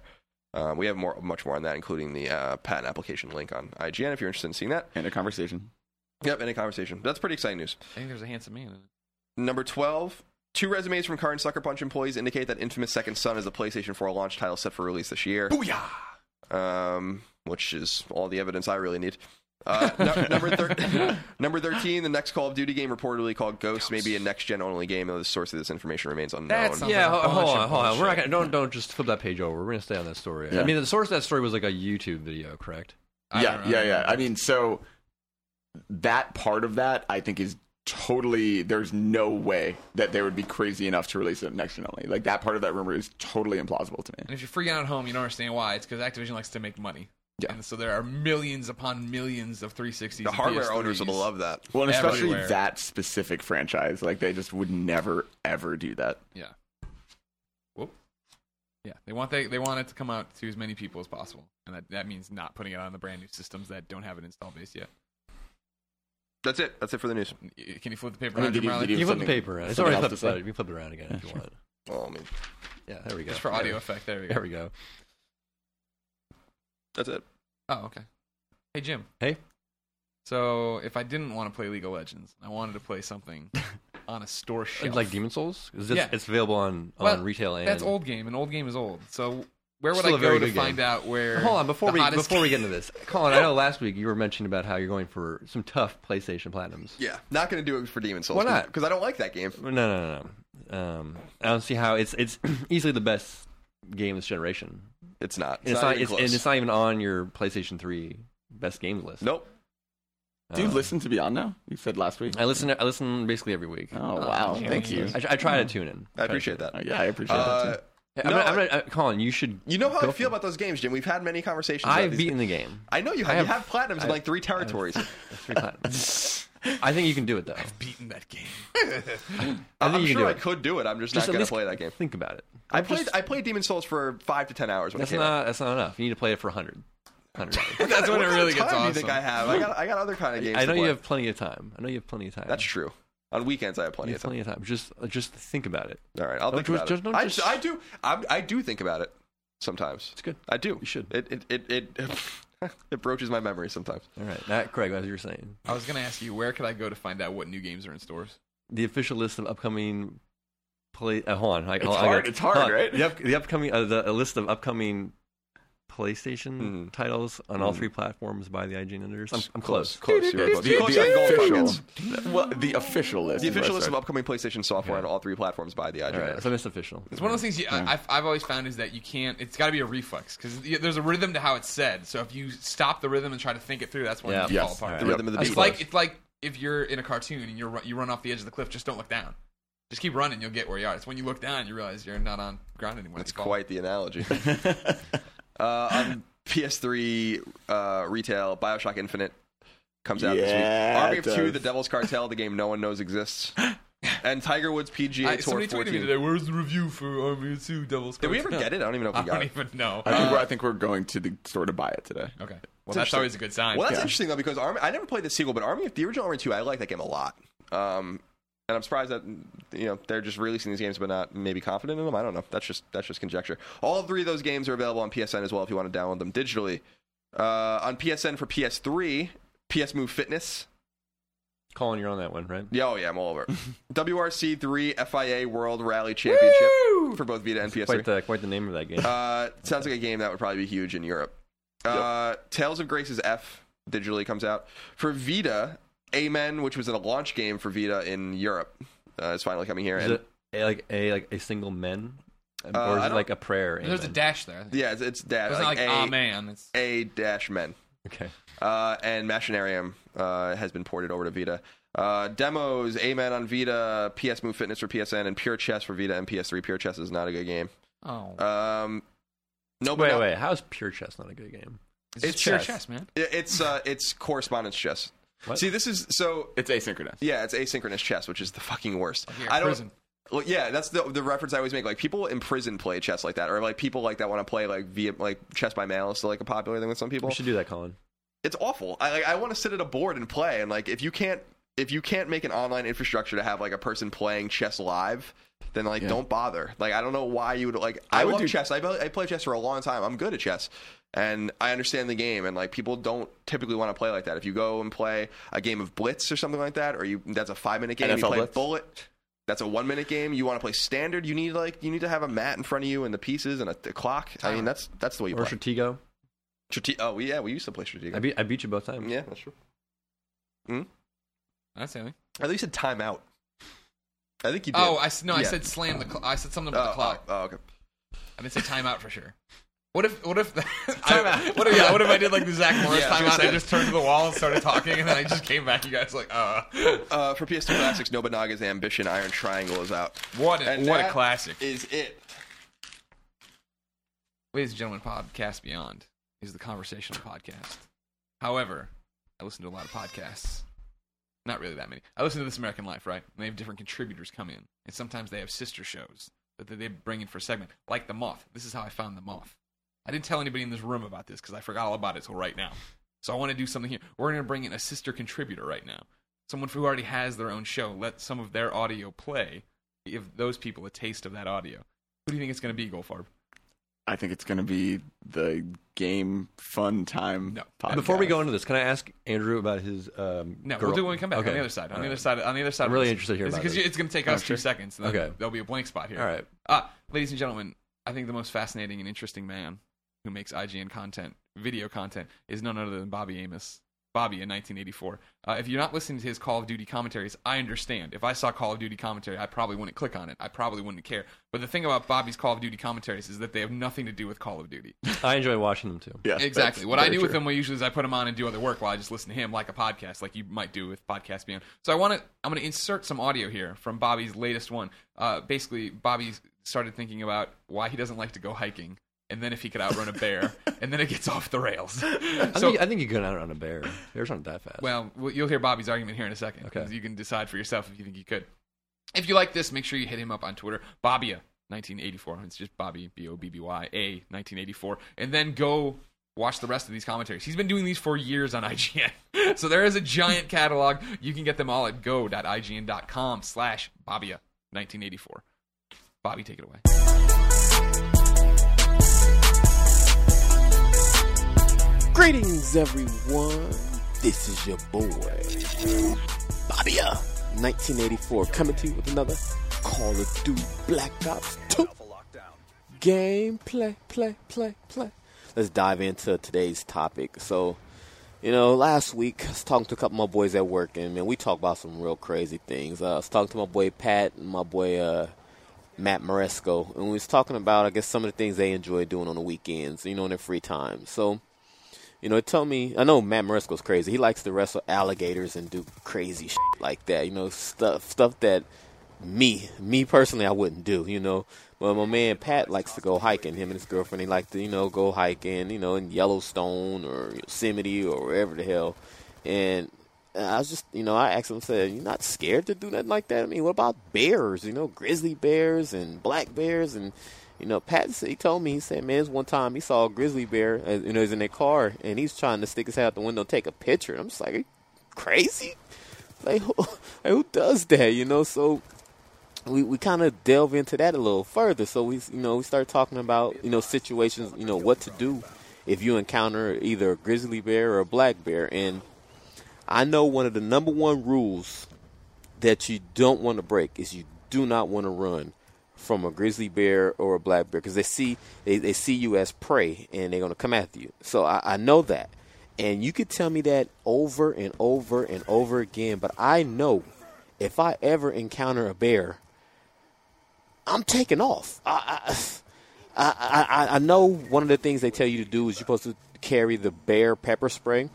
Um, we have more, much more on that, including the uh, patent application link on IGN if you're interested in seeing that.
And a conversation.
Yep, any conversation. That's pretty exciting news.
I think there's a handsome man. in it.
Number 12. Two resumes from current Sucker Punch employees indicate that Infamous Second Son is a PlayStation 4 launch title set for release this year. Booyah! Um, which is all the evidence I really need. Uh, nu- number, thir- number 13, the next Call of Duty game reportedly called Ghost may be a next gen only game, though the source of this information remains unknown.
That's not-
Yeah,
Sounds like a
hold,
bunch
on,
of
hold on. We're not
bullshit.
gonna don't don't just flip that page over. We're gonna stay on that story.
Yeah.
I mean, the source of that story was like a YouTube video, correct?
I
yeah,
don't know.
yeah, yeah. I mean, so that part of that I think is totally there's no way that they would be crazy enough to release it next gen only. Like that part of that rumor is totally implausible to me.
And if you're freaking out at home, you don't understand why. It's because Activision likes to make money.
Yeah.
And so there are millions upon millions of 360s.
the
and
hardware
PS3s.
owners would love that.
Well, and especially
Everywhere.
that specific franchise, like they just would never ever do that.
Yeah. Whoop. Yeah, they want they they want it to come out to as many people as possible, and that that means not putting it on the brand new systems that don't have an install base yet.
That's it. That's it for the news.
Y- Can you flip the paper?
I mean,
around,
did
Jim
you-
Riley?
did
You
you-
flip the
something-
paper. around. It's
something
already
else
flipped.
to
uh,
say.
You can flip it around again if you want.
Well, I mean,
Yeah, there we go.
Just for audio effect. There we
There
go.
we go.
that's it.
Oh, okay. Hey Jim.
Hey.
So if I didn't want to play League of Legends, I wanted to play something on a store shelf.
It's like Demon Souls. Is this,
Yeah.
It's available on, on
Well,
retail and
That's old game, and old game is old. So where would
Still a
I
very
go to
good
find
game.
out where?
Hold on, before
the
we
hottest
before we get into this, Colin, I know last week you were mentioning about how you're going for some tough PlayStation Platinums.
Yeah, not going to do it for Demon Souls.
Why not?
Because I don't like that game.
No, no, no, no. Um, I don't see how it's it's easily the best game this generation.
It's not.
And it's, not,
even
it's,
close.
and it's not even on your PlayStation 3 best games list.
nope.
Do you
Um,
listen to Beyond now? You said last week.
I listen. I listen basically every week.
oh wow,
yeah.
thank you.
I, I try to tune in.
I appreciate that.
Oh, yeah, I appreciate
Uh,
that too.
I'm,
No,
not, I'm
I-
not, uh, Colin, you should.
you know how
go
I feel
for it.
about those games, Jim. We've had many conversations. about
I've
these
beaten the game.
I know you have.
I
you have
have-
platinums
I-
in like three
I have-
territories.
That's three platinums. I think you can do it though.
beaten that game.
I think
I'm
you can
sure
do
I
it.
could do it. I'm just,
Just
not
at
going to
least
play that game.
Think about it.
I played I played Demon Souls for five to ten hours when
That's
it came out.
not. That's not enough. You need to play it for 100. 100 hours.
That's when
What
it
kind
really gets
of time do you
awesome.
think I have? I got I got other kind of games.
I
to
know you
play.
have plenty of time. I know you have plenty of time.
That's true. On weekends, I have plenty
You
of
have
time.
plenty of time. Just, uh, just think about it.
All right, I'll
Don't
think
just-
about
just-
it.
don't
I,
just-
I do. I'm, I do think about it sometimes.
It's good.
I do.
You should.
It it it it, it broaches my memory sometimes.
All right, Matt Craig, as you were saying,
I was gonna ask you where could I go to find out what new games are in stores.
the official list of upcoming play. Uh, hold on, I,
It's
hold on, I
hard-
got-
it's hard,
hold on.
right?
The, up, the upcoming, uh, the a list of upcoming PlayStation
Mhm.
titles on all three platforms by the IGN editors. I'm, I'm close.
Close. You're close.
The,
Close
the
on gold buckets.
official, well, the official list.
The
is what I
official list of
said.
upcoming PlayStation software on all three platforms by the IGN.
All right, so that's official.
It's one of those things you, I, I've, I've always found is that you can't. It's got to be a reflex because there's a rhythm to how it's said. So if you stop the rhythm and try to think it through, that's when
Yeah.
you fall
Yes.
apart.
The rhythm of the
That's
It's
beat.
like it's like if you're in a cartoon and you are you run off the edge of the cliff, just don't look down. Just keep running, you'll get where you are. It's when you look down, you realize you're not on ground anymore.
That's
You fall.
quite the analogy. uh, on PS3 uh, retail, Bioshock Infinite comes out
Yeah,
this
it
week. Army of Two,
does.
The Devil's Cartel, the game no one knows exists. And Tiger Woods PGA
I,
Tour
somebody
14.
tweeted me today. Where's the review for Army Two Devil's?
Did we ever get it? I don't even know if
I
we got
don't
it.
even know.
I think, we're, I think we're going to the store to buy it today.
Okay. Well, that's always a good sign.
Well, that's
Yeah.
interesting though because Army, I never played the sequel, but Army, the original Army Two, I like that game a lot. Um, and I'm surprised that you know they're just releasing these games, but not maybe confident in them. I don't know. That's just that's just conjecture. All three of those games are available on PSN as well if you want to download them digitally. Uh, on PSN for PS3, PS Move Fitness.
Colin, you're on that one, right?
Yeah, oh yeah, I'm all over. it. WRC three FIA World Rally Championship for both Vita and PS3.
Quite the quite the name of that game.
Uh, sounds like a game that would probably be huge in Europe. Uh, Tales of Grace's F digitally comes out for Vita. Amen, which was a launch game for Vita in Europe, uh, is finally coming here.
Is
And,
it a, like a like a single men, Um,
Uh,
or
I
is it
don't-
like a prayer?
There's a
amen?
dash there.
yeah, it's, it's dash
It's not like,
a,
ah, man. It's,
a dash men.
Okay.
Uh, and Machinarium uh, has been ported over to Vita. Uh, demos, Amen on Vita, PS Move Fitness for PSN, and Pure Chess for Vita and PS3. Pure Chess is not a good game.
oh.
Um, no, but
Wait,
no-
wait. How is pure chess not a good game?
it's
it's
pure
chess.
chess, man.
It- It's uh, it's correspondence chess.
What?
See, this is so
It's asynchronous.
Yeah, it's asynchronous chess, which is the fucking worst.
Like you're
I
in
don't.
prison.
Well, yeah, that's the the reference I always make. Like people in prison play chess like that, or like people like that want to play like via like chess by mail is still like a popular thing with some people.
We should do that, Colin.
It's awful. I like, I want to sit at a board and play, and like if you can't if you can't make an online infrastructure to have like a person playing chess live. Then like
Yeah.
don't bother. Like I don't know why you would like. I,
I would
love
do-
chess. I, play- I play chess for a long time. I'm good at chess, and I understand the game. And like people don't typically want to play like that. If you go and play a game of blitz or something like that, or you that's a five minute game. you
NFL
play
Blitz?
bullet. That's a one minute game. You want to play standard. You need like you need to have a mat in front of you and the pieces and a, a clock. I mean that's that's the way you
Or
play.
Stratego.
Strate- oh we- yeah, we used to play
I
strategic.
beat I beat you both times.
Yeah, that's true.
That's the only.
I thought you said timeout. I think you did.
Oh, I s- no, I
Yeah.
said slam the. Cl- I said something about
Oh,
the clock.
Oh, oh, okay.
I didn't say timeout for sure. What if? What if? I, what if? Yeah, what if I did like the Zach Morris
Yeah, I was gonna
timeout?
say.
I just turned to the wall and started talking, and then I just came back. You guys like, uh,
Uh, for PS2 Classics, Nobunaga's Ambition Iron Triangle is out.
what? A,
And
what a
that
classic,
Is it?
ladies and gentlemen. Podcast Beyond is the conversational podcast. However, I listen to a lot of podcasts. Not really that many. I listen to This American Life, right? And they have different contributors come in, and sometimes they have sister shows that they- they bring in for a segment, like the Moth. This is how I found the Moth. I didn't tell anybody in this room about this because I forgot all about it till right now. So I want to do something here. We're going to bring in a sister contributor right now, someone who already has their own show. Let some of their audio play, give those people a taste of that audio. Who do you think it's going to be, Goldfarb?
I think it's going to be the game fun time.
No.
podcast.
Before we go into this, can I ask Andrew about his um,
No,
girl?
we'll do it when we come back on
Okay.
the other side. On
All
the
right.
other side. On the other side.
I'm
of
really
this.
interested to hear
It's
about
because
this.
it's going to take us two seconds. And then
Okay.
There'll be a blank spot here.
All right.
Ah, ladies and gentlemen, I think the most fascinating and interesting man who makes IGN content, video content, is none other than Bobby Amos. Bobby in 1984. Uh, if you're not listening to his Call of Duty commentaries, I understand. If I saw Call of Duty commentary, I probably wouldn't click on it. I probably wouldn't care. But the thing about Bobby's Call of Duty commentaries is that they have nothing to do with Call of Duty.
I enjoy watching them too.
Yeah,
Exactly.
that's
What I
very
do with
true.
them well, usually is I put them on and do other work while I just listen to him like a podcast, like you might do with Podcast Beyond. So I want to, I'm going to insert some audio here from Bobby's latest one. Uh, basically, Bobby started thinking about why he doesn't like to go hiking, and then if he could outrun a bear, and then it gets off the rails.
I,
So,
think, I think you can outrun a bear. Bears aren't that fast.
well, well, you'll hear Bobby's argument here in a second.
Okay.
You can decide for yourself if you think you could. If you like this, make sure you hit him up on Twitter, Bobbya. 1984. It's just Bobby B O B B Y A 1984, and then go watch the rest of these commentaries. He's been doing these for years on IGN, so there is a giant catalog. You can get them all at go.ign.com/slash Bobbya 1984. Bobby, take it away.
Greetings, everyone. This is your boy, Bobia, 1984, coming to you with another Call of Duty Black Ops 2 gameplay, play, play, play. Let's dive into today's topic. So, you know, last week I was talking to a couple of my boys at work, and man, we talked about some real crazy things. Uh, I was talking to my boy Pat and my boy uh, Matt Maresco, and we was talking about, I guess, some of the things they enjoy doing on the weekends, you know, in their free time. So, you know, tell me. I know Matt Maresco's crazy. He likes to wrestle alligators and do crazy shit like that. You know, stuff stuff that me me personally I wouldn't do. You know, but my man Pat likes to go hiking. Him and his girlfriend they like to you know go hiking. You know, in Yellowstone or Yosemite or wherever the hell. And And I was just, you know, I asked him, said, "You're not scared to do nothing like that?" I mean, what about bears? You know, grizzly bears and black bears, and you know, Pat. said- He told me, he said, "Man, this one time he saw a grizzly bear, uh, you know, he's in their car, and he's trying to stick his head out the window and take a picture." And I'm just like, Are you crazy? Like, who, like, who does that? You know, so we, we kind of delve into that a little further. So we you know we start talking about you know situations you know what to do if you encounter either a grizzly bear or a black bear. And I know one of the number one rules that you don't want to break is you do not want to run from a grizzly bear or a black bear because they see they, they see you as prey and they're going to come after you. So I, I know that. And you could tell me that over and over and over again, but I know if I ever encounter a bear, I'm taking off. I, I, I, I, I know one of the things they tell you to do is you're supposed to carry the bear pepper spray,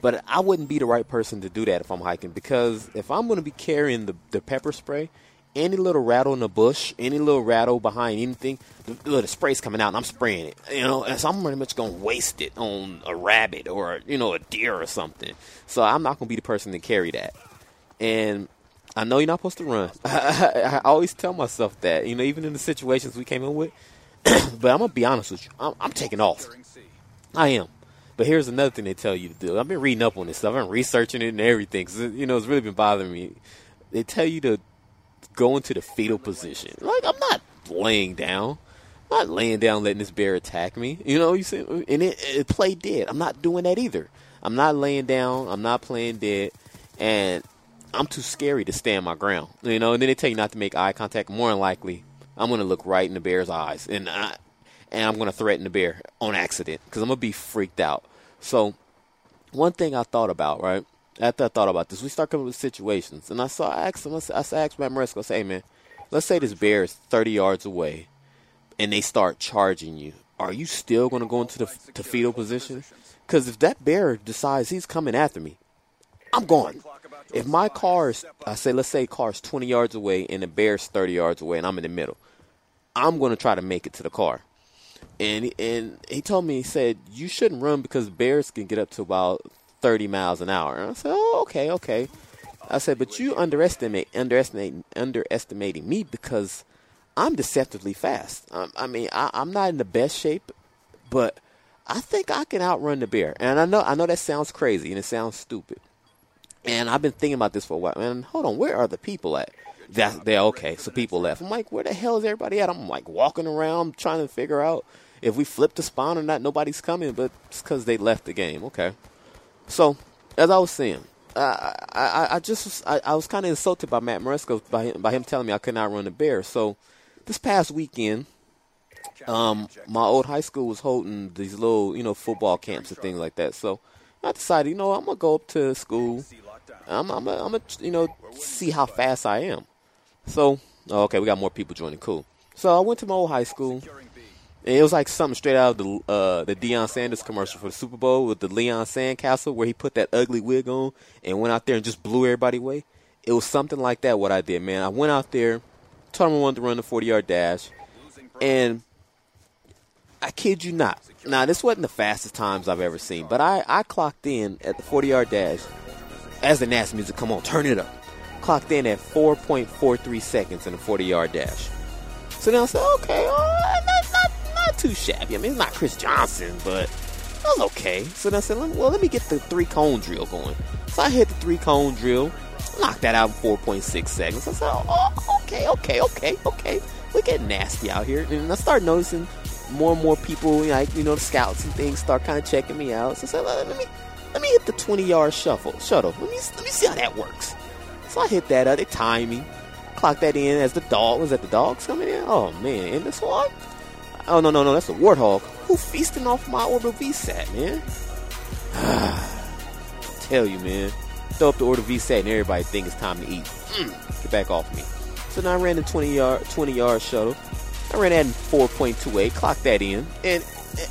but I wouldn't be the right person to do that if I'm hiking because if I'm going to be carrying the, the pepper spray, any little rattle in the bush, any little rattle behind anything, the, the spray's coming out and I'm spraying it. You know, and so I'm pretty much going to waste it on a rabbit or, you know, a deer or something. So I'm not going to be the person to carry that and I know you're not supposed to run. I, always tell myself that, you know, even in the situations we came in with. but I'm gonna be honest with you, I'm, I'm taking off. I am. But here's another thing they tell you to do. I've been reading up on this stuff. I've been researching it and everything. 'cause it- you know, it's really been bothering me. They tell you to go into the fetal position. Like I'm not laying down. I'm not laying down letting this bear attack me. You know, you see and it, it play dead. I'm not doing that either. I'm not laying down, I'm not playing dead, and I'm too scary to stand my ground. You know, and then they tell you not to make eye contact. More than likely, I'm gonna look right in the bear's eyes and I and I'm gonna threaten the bear on accident because I'm gonna be freaked out. So one thing I thought about, right? After I thought about this, we start coming up with situations, and I saw I asked him, I said- I said- I asked Matt Maresco, I said, "Hey man, let's say this bear is thirty yards away, and they start charging you. Are you still going to go into the f- to fetal position? Because if that bear decides he's coming after me, I'm gone. If my car is, I say, let's say car is twenty yards away, and the bear's thirty yards away, and I'm in the middle, I'm going to try to make it to the car and and he told me he said you shouldn't run because bears can get up to about 30 miles an hour. And I said, "Oh, okay, okay." I said, "But you underestimate underestimate underestimating me because I'm deceptively fast. Um, I mean, I, I'm not in the best shape, but I think I can outrun the bear. And I know I know that sounds crazy and it sounds stupid, and I've been thinking about this for a while. And hold on, where are the people at? That they're okay. So people left. I'm like, where the hell is everybody at? I'm like walking around trying to figure out if we flip the spawn or not. Nobody's coming, but it's because they left the game. Okay. So as I was saying, I I, I- I just was, I, I was kind of insulted by Matt Maresco by him, by him telling me I could not run the bear. So this past weekend, um, my old high school was holding these little, you know, football camps and things like that. So I decided, you know, I'm gonna go up to school. I'm, I'm, i I'm, a, you know, see how fast I am. So, oh, okay, we got more people joining. Cool. So I went to my old high school. And it was like something straight out of the uh, the Deion Sanders commercial for the Super Bowl with the Leon Sandcastle, where he put that ugly wig on and went out there and just blew everybody away. It was something like that. What I did, man, I went out there, told him I wanted to run the forty yard dash, and I kid you not. Now this wasn't the fastest times I've ever seen, but I I clocked in at the forty yard dash as the NAS music. Come on, turn it up. Clocked in at four point four three seconds in the forty yard dash. So then I said, okay, oh, that's not, not too shabby. I mean, it's not Chris Johnson, but that was okay. So then I said, let- well, let me get the three cone drill going. So I hit the three cone drill, knocked that out in 4.6 seconds. I said, oh, okay, okay, okay, okay. We're getting nasty out here. And I started noticing more and more people, like, you know, the scouts and things start kind of checking me out. So I said, let me, let me hit the 20 yard shuffle, shuttle. Let me, let me see how that works. So I hit that. Uh, they timed me. Clocked that in as the dog. Was that the dogs coming in? Oh, man. And this one? Oh, no, no, no. That's the warthog. Who feasting off my orbital VSAT, man? Tell you, man. Throw up the order VSAT and everybody think it's time to eat. Mm, get back off me. So now I ran the 20 yard 20 yard shuttle. I ran that in 4.28. Clocked that in. And,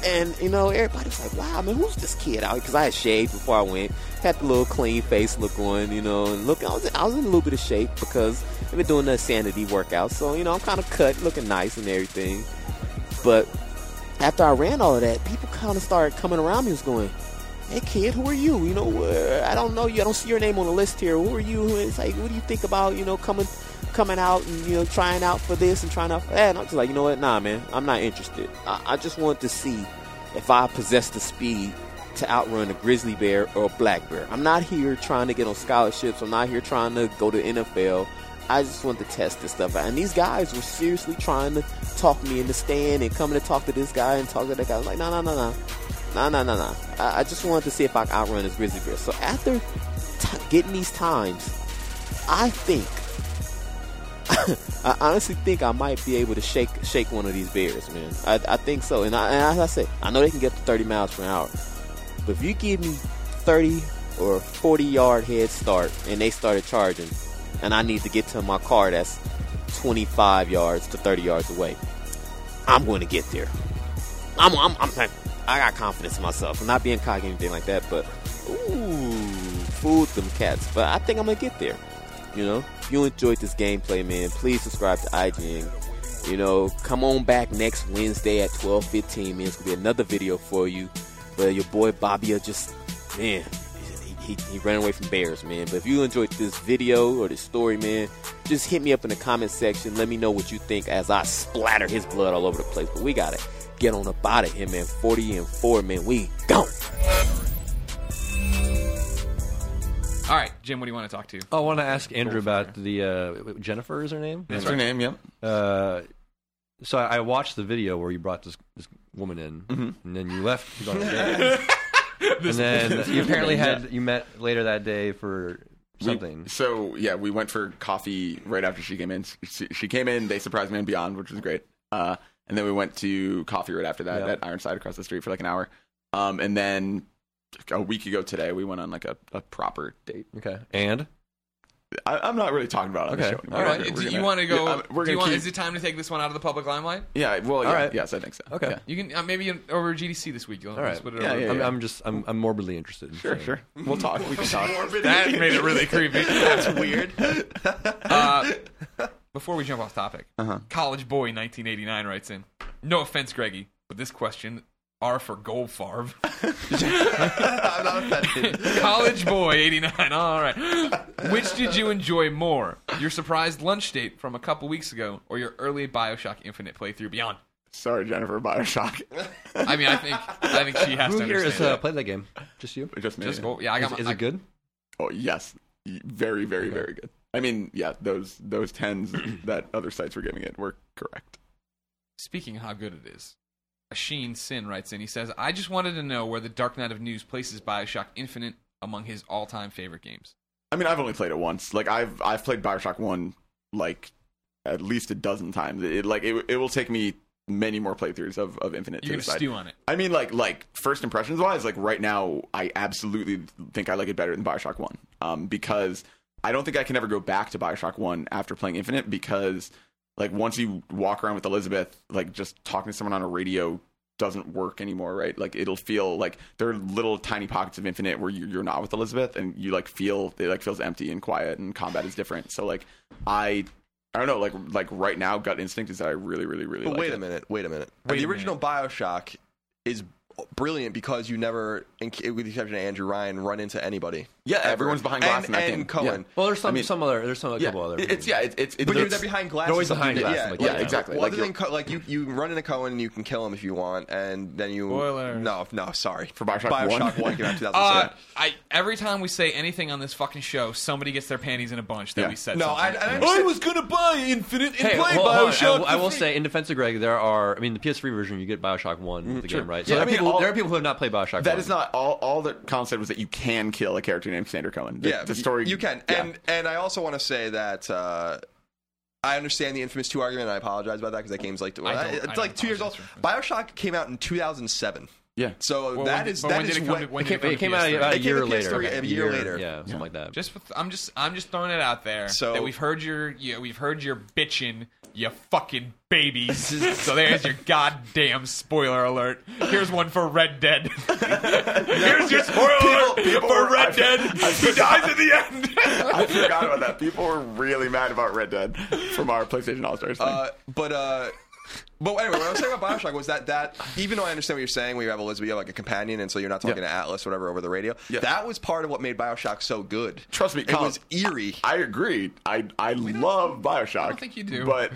and you know, everybody was like, wow, man, who's this kid out here? Because I had shaved before I went. Had the little clean face look on, you know, and look, I was, I was in a little bit of shape because I've been doing the sanity workout. So, you know, I'm kind of cut, looking nice and everything. But after I ran all of that, people kind of started coming around me, was going, "Hey kid, who are you? You know, uh, I don't know you. I don't see your name on the list here. Who are you? It's like, what do you think about you know coming, coming out and you know trying out for this and trying out for that? And I'm just like, you know what? Nah, man, I'm not interested. I, I just wanted to see if I possess the speed to outrun a grizzly bear or a black bear. I'm not here trying to get on scholarships. I'm not here trying to go to NFL. I just wanted to test this stuff out. And these guys were seriously trying to talk me in the stand and coming to talk to this guy and talk to that guy. I was like, no, no, no, no. No, no, no, no. I, I just wanted to see if I could outrun this grizzly bear. So after t- getting these times, I think, I honestly think I might be able to shake shake one of these bears, man. I, I think so. And, I, and as I said, I know they can get to 30 miles per hour. But if you give me 30 or 40 yard head start and they started charging, and I need to get to my car that's 25 yards to 30 yards away, I'm going to get there. I'm, I'm, I'm, I got confidence in myself. I'm not being cocky or anything like that, but ooh, fooled them cats. But I think I'm going to get there. You know, if you enjoyed this gameplay, man, please subscribe to IGN. You know, come on back next Wednesday at 12:15. Man, it's gonna be another video for you. But your boy Bobby just man, he, he, he ran away from bears, man. But if you enjoyed this video or this story, man, just hit me up in the comment section. Let me know what you think as I splatter his blood all over the place. But we gotta get on up out of here, man. 40 and 4, man. We gone.
All right, Jim, what do you want to talk to?
Oh, I want to ask Andrew about the uh, Jennifer is her name.
That's her name. Yep.
Uh, so I I watched the video where you brought this this woman in, and then you left. to go on a date. and then you apparently had you met later that day for
We-
something.
so yeah, we went for coffee right after she came in. She, she came in. They surprised me and beyond, which was great. Uh, and then we went to coffee right after that
Yeah.
at Ironside across the street for like an hour. Um, and then a week ago today, we went on like a, a proper date.
okay, and
I, I'm not really talking about it on the
Okay.
show. anymore.
All right.
We're
Do
gonna-
you want to go?
Yeah, I'm- we're
do you
gonna
want,
keep-
is it time to take this one out of the public limelight?
Yeah. Well. Yeah,
All right.
Yes, I think so.
Okay.
Yeah.
You can uh, maybe in, over GDC this week. You'll
all right.
Split it
Yeah,
over.
yeah,
I'm,
yeah.
I'm just I'm, I'm morbidly interested.
Sure.
so.
Sure. We'll talk. We can talk.
That made it really creepy.
That's weird.
Uh, before we jump off topic,
Uh-huh.
college boy 1989 writes in. No offense, Greggy, but this question are for Goldfarb.
I'm not offended.
college boy 89. All right. Which did you enjoy more? Your surprise lunch date from a couple weeks ago, or your early Bioshock Infinite playthrough Beyond?
Sorry, Jennifer. Bioshock.
I mean, I think I think she has
Who
to
here
understand.
has uh, played that game? Just you?
Just me.
Just go. Yeah, I got
Is,
my,
is it good?
Oh yes, very, very, very good. I mean, yeah, those those tens that other sites were giving it were correct.
speaking of how good it is, Asheen Sin writes in. He says, I just wanted to know where the Dark Knight of News places Bioshock Infinite among his all time favorite games.
I mean, I've only played it once. Like I've I've played Bioshock One like at least a dozen times. It like it, it will take me many more playthroughs of, of Infinite
You're
to
going to
decide.
stew on it.
I mean, like like first impressions wise, like right now, I absolutely think I like it better than Bioshock One, um, because I don't think I can ever go back to Bioshock One after playing Infinite because like once you walk around with Elizabeth, like just talking to someone on a radio doesn't work anymore, right? Like it'll feel like there are little tiny pockets of Infinite where you- you're not with Elizabeth, and you like feel it like feels empty and quiet, and combat is different. So like I. I don't know, like like right now, gut instinct is that I really, really, really.
But
like
wait
it.
a minute, wait a minute.
Wait
the
a
original Bioshock is brilliant because you never, in- with the exception of Andrew Ryan, run into anybody.
Yeah,
Ever.
everyone's behind glass
and,
in that
and
game.
Cohen.
Well, there's some
mean-
some other there's some a couple other.
It's yeah, it's it's.
But you're
it's-
there behind glass.
They're always
is something
behind
that-
glass,
Yeah,
like,
yeah,
yeah.
exactly.
exactly.
Well,
Like,
other than
you'll-
co- like you, you run into Cohen and you can kill him if you want, and then you.
Spoilers.
No, no, sorry.
For Bioshock
Bioshock
1?
One came out in 2007.
Uh, I every time we say anything on this fucking show, somebody gets their panties in a bunch that
Yeah.
we said.
no, I, I,
something.
understand-
was gonna buy Infinite and
Hey, hold- hold on. I will- I, will say, in defense of Greg, there are. I mean, the PS3 version, you get Bioshock One, with the game, right? So
Yeah,
there,
I
are
mean,
people,
all-
there are people who have not played Bioshock.
That
1.
is not all. All that Colin said was that you can kill a character named Sander Cohen. The,
yeah,
the story
You can,
yeah.
and and I also want to say that. Uh, I understand the Infamous Two argument, and I apologize about that because that game's like
I don't-
it's
I
like
don't
two years old.
apologize
Bioshock came out in 2007,
yeah.
so
Well,
that
when-
is
but
that
when
is
did it come
when-
to- when
It
did
came,
it come
it
to
came out
PS3?
about a
It came to
year
PS3
later.
a year later.
Yeah, something like that.
Just with, I'm just I'm just throwing it out there
So-
that we've heard your yeah, we've heard your bitching, you fucking babies. so there's your goddamn spoiler alert. Here's one for Red Dead. Here's your spoiler alert for Red Dead. he dies at the end.
I forgot about that. People were really mad about Red Dead from our PlayStation All Stars.
Uh, but uh, But anyway, what I was saying about Bioshock was that that even though I understand what you're saying, where you have Elizabeth, you have like a companion, and so you're not talking
Yeah.
to Atlas, whatever, over the radio.
Yeah.
That was part of what made Bioshock so good.
Trust me,
it
Colin,
was eerie.
I agree. I I love Bioshock. I
don't think you do.
But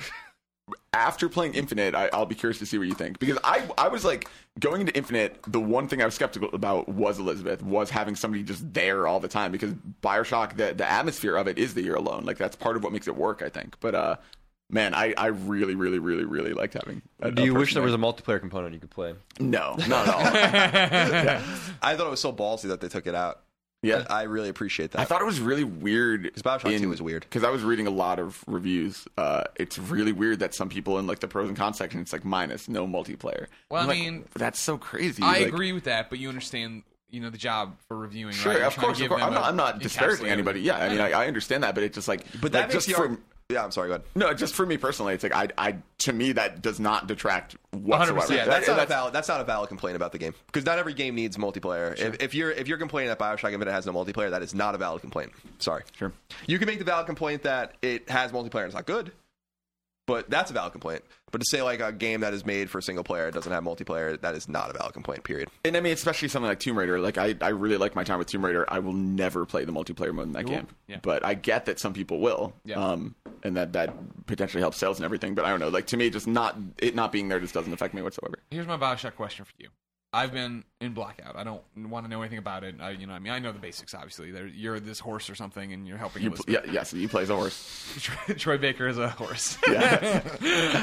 after playing Infinite, I, I'll be curious to see what you think because I I was like going into Infinite. The one thing I was skeptical about was Elizabeth was having somebody just there all the time because Bioshock the the atmosphere of it is that you're alone. Like that's part of what makes it work, I think. But uh, man, I I really really really really liked having. a-
Do
a
you wish
person
there was a multiplayer component you could play?
No, not at all.
I thought it was so ballsy that they took it out.
yeah.
I really appreciate that.
I thought it was really weird because
Bioshock 2 was weird.
Because I was reading a lot of reviews. Uh, it's really weird that some people in like the pros and cons section, it's like minus no multiplayer.
Well,
I'm
I
like,
mean,
that's so crazy.
I
Like,
agree with that, but you understand, you know, the job for reviewing.
Sure,
right? You're
of
trying to
course, of
give
course.
them
I'm
a-
not, I'm not disparaging
encapsulate
anybody. Yeah, I mean, I, I understand that, but it's just like,
but
like,
that makes
just
the
for
art- yeah. I'm sorry. Go ahead.
no, just for me personally, it's like I, I, to me, that does not detract whatsoever.
100%,
Yeah,
That-
that's not,
that's-
a valid, that's not a valid complaint about the game because not every game needs multiplayer. If, if you're if you're complaining that Bioshock Infinite has no multiplayer, that is not a valid complaint. Sorry.
Sure.
You can make the valid complaint that it has multiplayer and it's not good, but that's a valid complaint. But to say like a game that is made for single player doesn't have multiplayer, that is not a valid complaint. Period.
And I mean, especially something like Tomb Raider. Like, I, I really like my time with Tomb Raider. I will never play the multiplayer mode in that game.
Yeah.
But I get that some people will.
Yeah.
Um, and that, that potentially helps sales and everything. But I don't know. Like, to me, just not it not being there just doesn't affect me whatsoever.
Here's my Bioshock question for you. I've been in blackout. I don't want to know anything about it. I, you know, I mean, I know the basics. Obviously, there, you're this horse or something, and you're helping.
You pl-
Elizabeth.
yeah, yes, you play as a horse.
Troy- Troy Baker is a horse.
Yeah.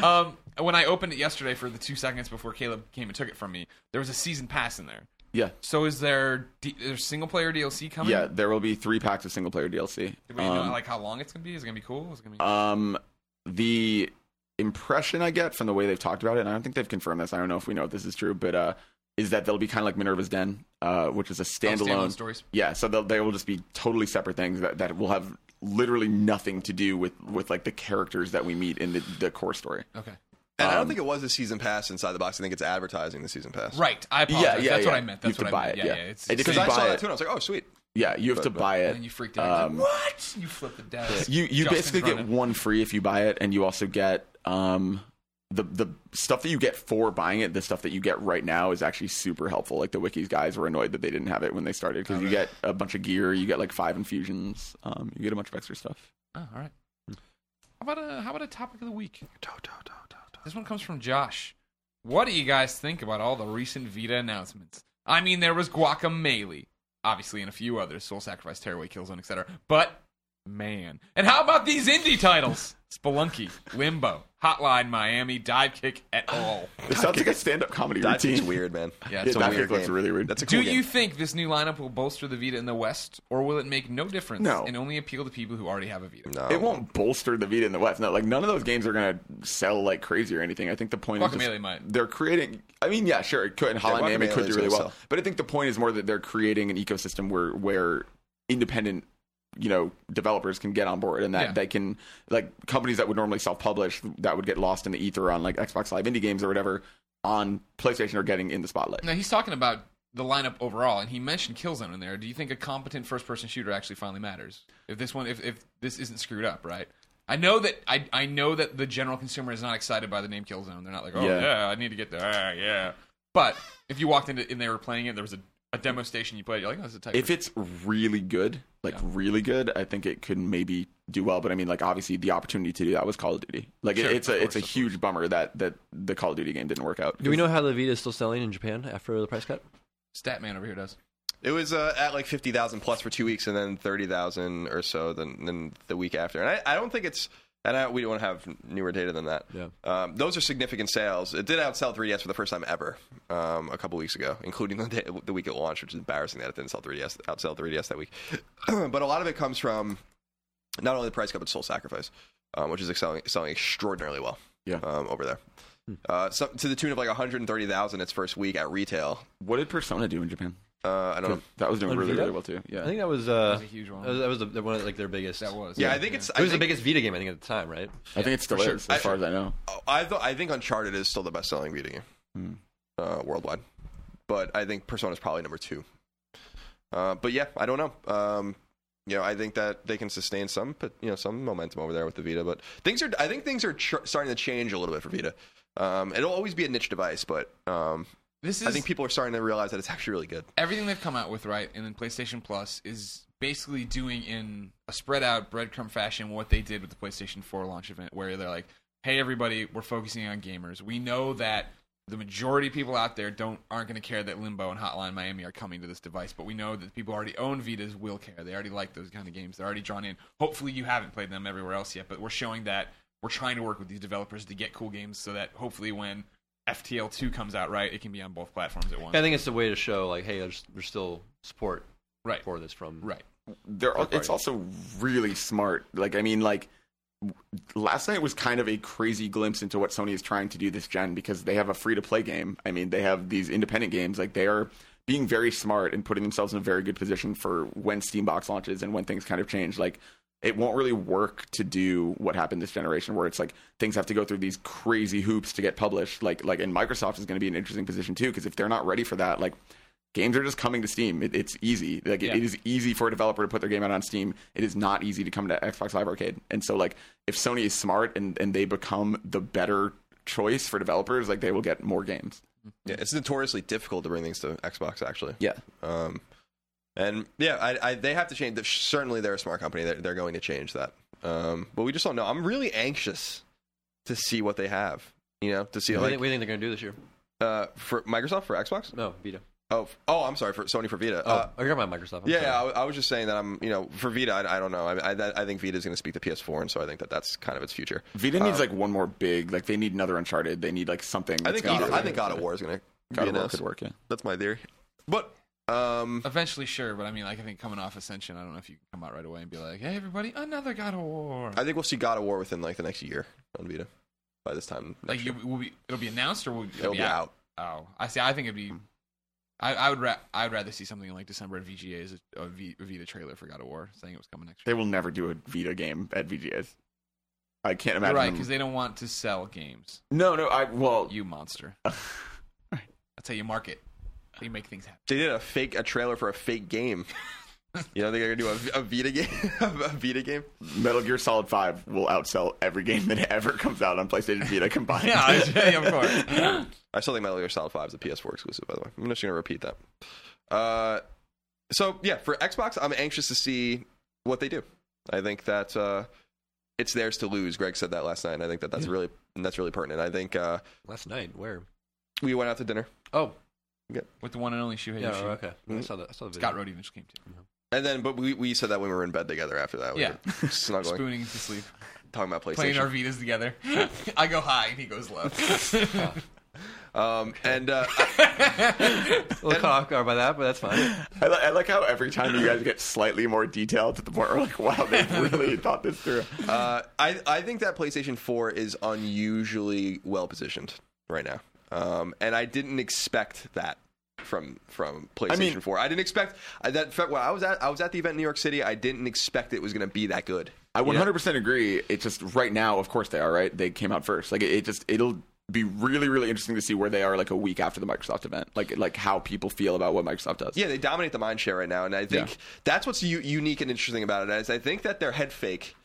um, when I opened it yesterday for the two seconds before Caleb came and took it from me, there was a season pass in there.
yeah.
So is there D- there's single player DLC coming?
Yeah, there will be three packs of single player DLC.
Do we
Um,
know like how long it's gonna be? Is it gonna be cool? Is it gonna be?
Um, the impression I get from the way they've talked about it, and I don't think they've confirmed this. I don't know if we know if this is true, but uh, is that they'll be kind of like Minerva's Den, uh, which
Oh,
is a standalone,
stories.
Yeah, so they'll, they will just be totally separate things that, that will have literally nothing to do with with like the characters that we meet in the, the core story.
okay.
And I
Um,
don't think it was a season pass inside the box. I think it's advertising the season pass.
Right. I apologize.
yeah,
That's what
yeah.
I meant.
You
That's
have
what
to
I meant. Yeah,
buy it,
yeah.
yeah.
It's,
And if
it's-
Because
you
I
buy
saw
it-
that too, and I was like, oh sweet.
Yeah, you have to buy it.
and then you freaked out.
Um,
You're like, what? You flipped the desk.
You you
Justin's
basically get
running.
one free if you buy it, and you also get um the the stuff that you get for buying it. The stuff that you get right now is actually super helpful. Like the wikis guys were annoyed that they didn't have it when they started
Oh,
because you get a bunch of gear, you get like five infusions, um, you get a bunch of extra stuff.
Oh, all right. How about a how about a topic of the week? This one comes from Josh. What do you guys think about all the recent Vita announcements? I mean, there was Guacamelee, obviously, and a few others: Soul Sacrifice, Tearaway, Killzone, etc. But man, and how about these indie titles? Spelunky, Limbo, Hotline Miami, Dive Kick, et al.
It sounds like a stand up comedy
That's
routine.
it's weird, man.
Yeah,
it's
it's
a
that
weird
looks
game.
really weird.
That's a cool
Do
game.
you think this new lineup will bolster the Vita in the West, or will it make no difference
No.
and only appeal to people who already have a Vita?
no.
it won't bolster the Vita in the West. No, like none of those games are gonna sell like crazy or anything. I think the point is
Guacamelee
just,
might.
they're creating. I mean, yeah, sure, it could. And Holland Name, it could
Guacamelee's
do really
gonna
well.
sell.
But I think the point is more that they're creating an ecosystem where where independent you know developers can get on board and that
Yeah.
they can like companies that would normally self-publish that would get lost in the ether on like Xbox Live indie games or whatever on PlayStation are getting in the spotlight.
Now he's talking about the lineup overall, and he mentioned Killzone in there. Do you think a competent first-person shooter actually finally matters? If this one, if, if this isn't screwed up, right? I know that I I know that the general consumer is not excited by the name Killzone. They're not like, oh yeah,
Yeah.
I need to get there, Ah, yeah. But if you walked into and they were playing it, there was a, a demo station you played. You're like, oh, this is a type.
If it's really good, like really good, I think it could maybe do well. But I mean, like obviously, the opportunity to do that was Call of Duty. Like it-
Sure,
it's a
of
it's a
course, of
huge bummer that that the Call of Duty game didn't work out.
Do we know how the Vita is still selling in Japan after the price cut?
Statman over here does.
It was uh, at like fifty thousand plus for two weeks, and then thirty thousand or so then then the week after. And I, I don't think it's and I, we don't have newer data than that.
Yeah.
Um, those are significant sales. It did outsell 3DS for the first time ever um, a couple weeks ago, including the, day, the week it launched, which is embarrassing that it didn't sell 3DS outsell 3DS that week. but a lot of it comes from not only the price cut but Soul Sacrifice, um, which is excelling, selling extraordinarily well.
Yeah.
Um, over there.
Hmm.
Uh, so, to the tune of like 130,000 its first week at retail.
What did Persona do in Japan?
Uh, I don't.
That was doing
On
really
Vita?
really well too. Yeah,
I think that was, uh,
That was a huge one.
That was, that was the, the one of, like their biggest.
That was
Yeah, I think it's.
It was
I
the
think-
biggest Vita game I think at the time, right?
I think it still
for sure.
is,
I-
as far as I know.
I th- I think Uncharted is still the best selling video game uh, worldwide, but I think Persona is probably number two. Uh, but yeah, I don't know. Um, you know, I think that they can sustain some, but you know, some momentum over there with the Vita. But things are, I think things are tr- starting to change a little bit for Vita. Um, it'll always be a niche device, but um,
This is
I think people are starting to realize that it's actually really good.
everything they've come out with, right? And then PlayStation Plus is basically doing in a spread out breadcrumb fashion what they did with the PlayStation 4 launch event, where they're like, "Hey, everybody, we're focusing on gamers. We know that." The majority of people out there don't aren't going to care that Limbo and Hotline Miami are coming to this device, but we know that the people who already own Vitas will care. They already like those kind of games. They're already drawn in. Hopefully, you haven't played them everywhere else yet, but we're showing that we're trying to work with these developers to get cool games, so that hopefully when FTL2 comes out, right, it can be on both platforms at once.
I think it's a way to show like, hey, there's there's still support
right,
for this from
right.
They're, al- it's also really smart. Like, I mean, like w- last night was kind of a crazy glimpse into what Sony is trying to do this gen because they have a free to play game. I mean, they have these independent games. Like, they are being very smart and putting themselves in a very good position for when Steambox launches and when things kind of change. Like, it won't really work to do what happened this generation where it's like things have to go through these crazy hoops to get published like like and microsoft is going to be in an interesting position too because if they're not ready for that like games are just coming to steam it, it's easy like
Yeah.
it- it is easy for a developer to put their game out on steam it is not easy to come to xbox live arcade and so like if sony is smart and and they become the better choice for developers like they will get more games
Yeah, it's notoriously difficult to bring things to Xbox actually.
yeah
Um, and yeah, I, I they have to change. Certainly, they're a smart company. They're, they're going to change that. Um, but we just don't know. I'm really anxious to see what they have. You know, to see
What do you
like
think- what do you think they're gonna do this year?
uh, for Microsoft for Xbox.
No, Vita.
Oh, f- oh, I'm sorry for Sony for Vita.
Oh,
Uh,
oh, you're talking about Microsoft. I'm
yeah,
sorry.
yeah I, wa- I was just saying that I'm. You know, for Vita, I, I don't know. I I, that, I think Vita is going to speak to PS4, and so I think that that's kind of its future.
vita needs
Uh,
like one more big like they need another uncharted they need like something
I
that's
think
gonna
God,
be
I
really-
think God of War is going to
God
be
of War
announced.
could work yeah
That's my theory. But um,
Eventually, sure, but I mean, like, I think coming off Ascension, I don't know if you can come out right away and be like, "Hey, everybody, another God of War."
I think we'll see God of War within like the next year on Vita. By this time, next
like, you
year.
will be, it'll be announced or will it'll
it'll be out.
Oh, I see. I think it'd be. I, I would ra- I would rather see something in like December at VGA as a, a, v, a Vita trailer for God of War saying it was coming next
They
year.
will never do a Vita game at VGAs. I can't imagine.
You're right,
them-
because they don't want to sell games.
no, no. I well,
You monster. That's how you market. That's how you make things happen.
They did a fake a trailer for a fake game. you don't think they're gonna do a, a Vita game? a Vita game?
Metal Gear Solid Five will outsell every game that ever comes out on PlayStation Vita combined.
Yeah, I- yeah, of course.
I still think Metal Gear Solid Five is a PS4 exclusive. By the way, I'm just gonna repeat that. Uh, so yeah, for Xbox, I'm anxious to see what they do. I think that uh, it's theirs to lose. Greg said that last night. And I think that that's really that's really pertinent. I think uh,
Last night, where?
we went out to dinner,
Oh,
With the one and only Shuhei
yeah,
Yoshida.
okay. I saw the I saw the video.
Scott Rhodey eventually came too.
and then but we, we said that when we were in bed together after that. We
Yeah.
were snuggling,
Spooning to sleep.
talking about PlayStation.
playing our Vitas together. I go high and he goes low.
Um, and uh,
A little caught off guard by that, but that's fine.
I, li- I like how every time you guys get slightly more detailed to the point where like, wow, they really thought this through.
uh, I I think that PlayStation 4 is unusually well positioned right now, um, and I didn't expect that from from PlayStation 4. I didn't expect I, that. Well, I was at I was at the event in New York City. I didn't expect it was going to be that good.
I 100% agree. It's just right now, of course they are, right? They came out first. Like it, it just it'll be really really interesting to see where they are like a week after the Microsoft event. Like like how people feel about what Microsoft does.
Yeah, they dominate the mind share right now, and I think
Yeah.
that's what's u- unique and interesting about it. Is I think that their head fake,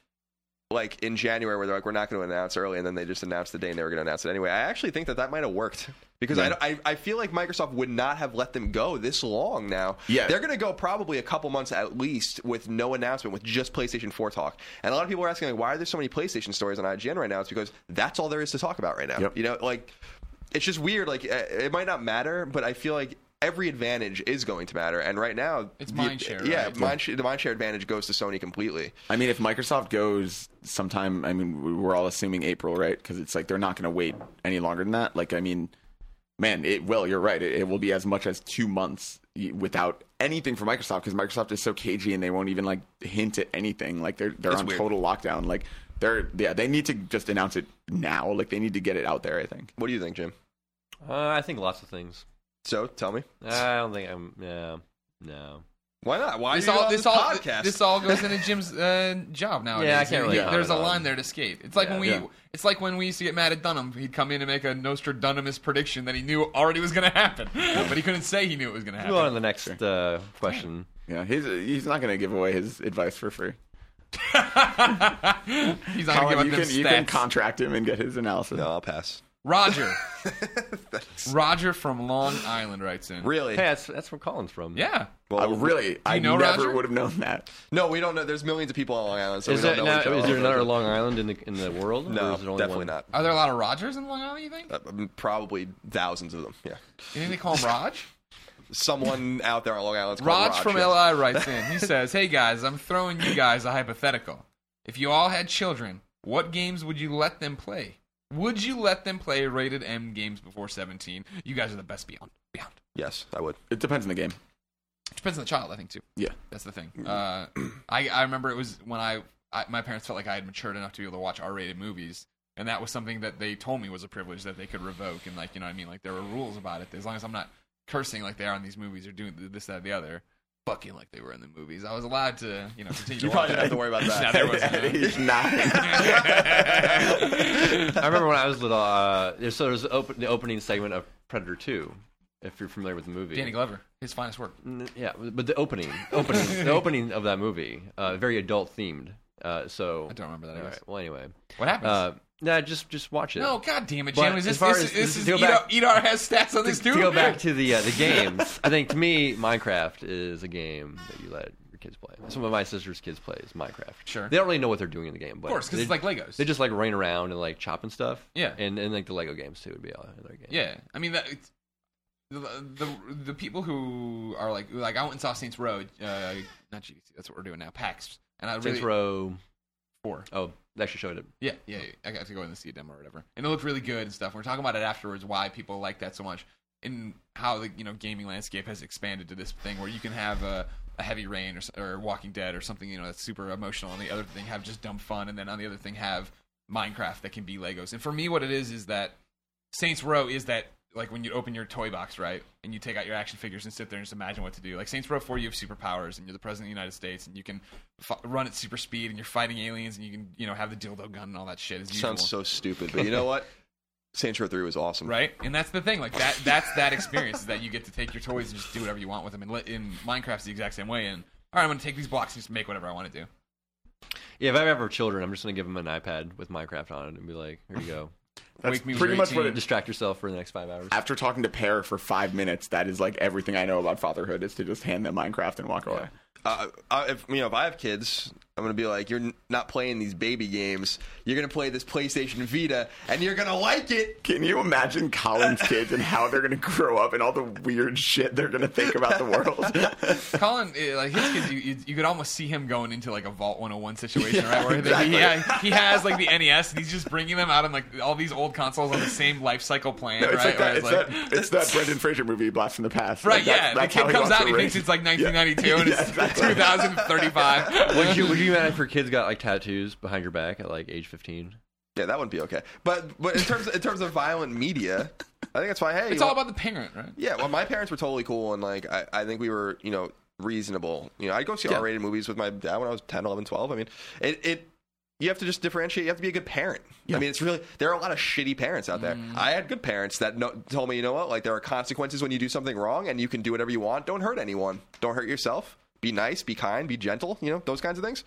like in January, where they're like, "We're not going to announce early," and then they just announced the day and they were going to announce it anyway. I actually think that that might have worked because I,
Yeah.
don't- I I feel like Microsoft would not have let them go this long. Now,
Yeah.
they're going to go probably a couple months at least with no announcement, with just PlayStation Four talk. And a lot of people are asking, like, why are there so many PlayStation stories on IGN right now? It's because that's all there is to talk about right now.
Yep.
You know, like it's just weird. Like uh, it might not matter, but I feel like every advantage is going to matter. And right now,
It's
the-
mind share,
Yeah,
right?
mind share, the mind share advantage goes to Sony completely.
I mean, if Microsoft goes sometime, I mean, we- we're all assuming April, right? Because it's like they're not going to wait any longer than that. Like, I mean, man, it will. You're right. It, it will be as much as two months y- without anything from Microsoft because Microsoft is so cagey and they won't even like hint at anything. Like they're they're
It's
on
weird.
total lockdown. Like they're yeah, they need to just announce it now. Like they need to get it out there. I think.
What do you think, Jim?
Uh, I think lots of things.
So tell me,
I don't think I'm. Yeah, no.
why not? Why
this
do you
all
on
this all
podcast?
this all goes into Jim's uh, job nowadays.
Yeah, I can't really
You- There's a
comment on-
line there to skate. It's like when we
Yeah.
it's like when we used to get mad at Dunham. He'd come in and make a Nostradamus prediction that he knew already was going to happen, but he couldn't say he knew it was going to
Move on to
happen.
the next uh, question.
Yeah, he's he's not going to give away his advice for free.
He's not going to
Colin,
give out
you
them
can you can
stats.
contract him and get his analysis.
no, I'll pass.
Roger. Roger from Long Island writes in.
Really?
Hey, that's that's where Colin's from.
Yeah.
I really, I
know
never
Roger?
would have known that.
No, we don't know. There's millions of people on Long Island, so
Is
we
there,
don't know.
now,
each other.
is there another Long Island in the in the world? or
No,
is it only
definitely
one?
not.
Are there a lot of Rogers in Long Island, you think?
Uh, um, probably thousands of them. Yeah,
You think they call him Raj?
someone out there on Long Island.
Raj from LI writes in. He says, Hey guys, I'm throwing you guys a hypothetical. If you all had children, what games would you let them play? Would you let them play rated M games before 17? You guys are the best beyond. Beyond.
Yes, I would.
It depends on the game.
Depends on the child, I think, too.
Yeah.
That's the thing. Uh, I, I remember it was when I, I my parents felt like I had matured enough to be able to watch R-rated movies, and that was something that they told me was a privilege that they could revoke, and like you know what I mean, like there were rules about it. As long as I'm not cursing like they are in these movies or doing this, that, the other, fucking like they were in the movies, I was allowed to you know continue. to
You
watch
probably didn't have to worry about
Nah,
that.
there was
At
no-
age nine.
I remember when I was little. Uh, there's- so there's open, the opening segment of Predator Two, if you're familiar with the movie.
Danny Glover, his finest work.
N- Yeah, but the opening, opening, the opening of that movie, uh, very adult themed. Uh, so
I don't remember that, I
All
guess.
right, well, anyway,
What happens?
uh, nah, just just watch it.
no, god damn it,
But
Jim. Is this,
as far
this,
as-
this is
to go
Edar-
back-
Edar has stats on this
to
dude?
go back to the uh, the games, I think to me, Minecraft is a game that you let your kids play. Some of my sister's kids play is Minecraft.
Sure.
they don't really know what they're doing in the game, but
Of course, because
they-
it's like Legos.
They just like running around and like chopping stuff.
Yeah.
and and like the Lego games too would be another game.
Yeah, I mean that. It's, the, the the people who are like like I went and saw Saints Row, uh, not GDC. That's what we're doing now. PAX, and I really
Saints Row.
four.
Oh, they actually showed it.
Yeah, yeah, yeah. I got to go in and see a demo or whatever, and it looked really good and stuff. We're talking about it afterwards, why people like that so much, and how the you know gaming landscape has expanded to this thing where you can have a, a heavy rain or, s- or Walking Dead or something you know that's super emotional, and the other thing have just dumb fun, and then on the other thing have Minecraft that can be Legos. And for me, what it is is that Saints Row is that like when you open your toy box, right, and you take out your action figures and sit there and just imagine what to do. Like Saints Row 4, you have superpowers and you're the president of the United States and you can f- run at super speed and you're fighting aliens and you can you know have the dildo gun and all that shit. As usual.
Sounds so stupid, but you know what? Saints Row Three was awesome.
right, and that's the thing. Like that, that's that experience is that you get to take your toys and just do whatever you want with them. And let, in Minecraft's the exact same way. And all right, I'm gonna take these blocks and just make whatever I want to do.
Yeah, if I ever have children, I'm just gonna give them an iPad with Minecraft on it and be like, "Here you go,
Wake me when
pretty
you're
much what
18.
it-
distract yourself for the next five hours."
After talking to Pear for five minutes, that is like everything I know about fatherhood is to just hand them Minecraft and walk away.
Uh, I, if you know, if I have kids, I'm gonna be like, you're n- not playing these baby games. You're gonna play this PlayStation Vita, and you're gonna like it.
Can you imagine Colin's kids and how they're going to grow up and all the weird shit they're going to think about the world?
Colin, eh, like his kids, you, you, you could almost see him going into like a Vault 101 situation, right? Where they- he, ha- he has like the NES, and he's just bringing them out on like all these old consoles on the same life cycle plan,
No, it's
right?
like
Where
that. It's,
it's like-
that. It's that Brendan Fraser movie, Blast from the Past.
Right,
Like, that's-
yeah.
that's
the
how
kid comes
wants
out and
to
he thinks
raise-
it's like 1992 and it's
Yeah, exactly.
2035.
would you would you be mad if your kids got like tattoos behind your back at like age 15?
Yeah, that wouldn't be okay. But but in terms in terms of violent media, I think that's why. Hey,
It's
you
all
want-
about the parent, right?
Yeah, well, my parents were totally cool, and like I, I think we were, you know, reasonable. You know, I'd go see R-rated movies with my dad when I was 10, 11, 12. I mean, it, it you have to just differentiate. You have to be a good parent. I mean, it's really there are a lot of shitty parents out there. I had good parents that no, told me, you know what, like there are consequences when you do something wrong, and you can do whatever you want. Don't hurt anyone. Don't hurt yourself. Be nice. Be kind. Be gentle. You know, those kinds of things.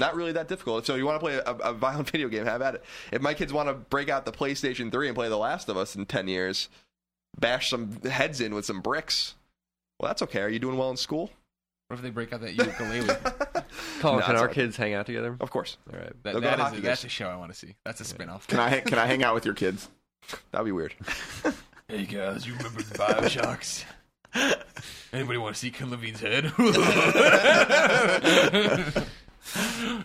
Not really that difficult. So you want to play a, a violent video game? Have at it. If my kids want to break out the PlayStation 3 and play The Last of Us in 10 years, bash some heads in with some bricks. Well, that's okay. Are you doing well in school?
What if they break out that ukulele?
Colin,
No,
can
it's
our
all-
kids hang out together?
Oh.
Of course.
All right.
That,
They'll go
that
hockey
is a, that's
games.
a show I want to see. That's a spinoff.
Can I can I hang out with your kids?
That'd be weird.
Hey guys, you remember the Bioshocks? Anybody want to see Ken Levine's head?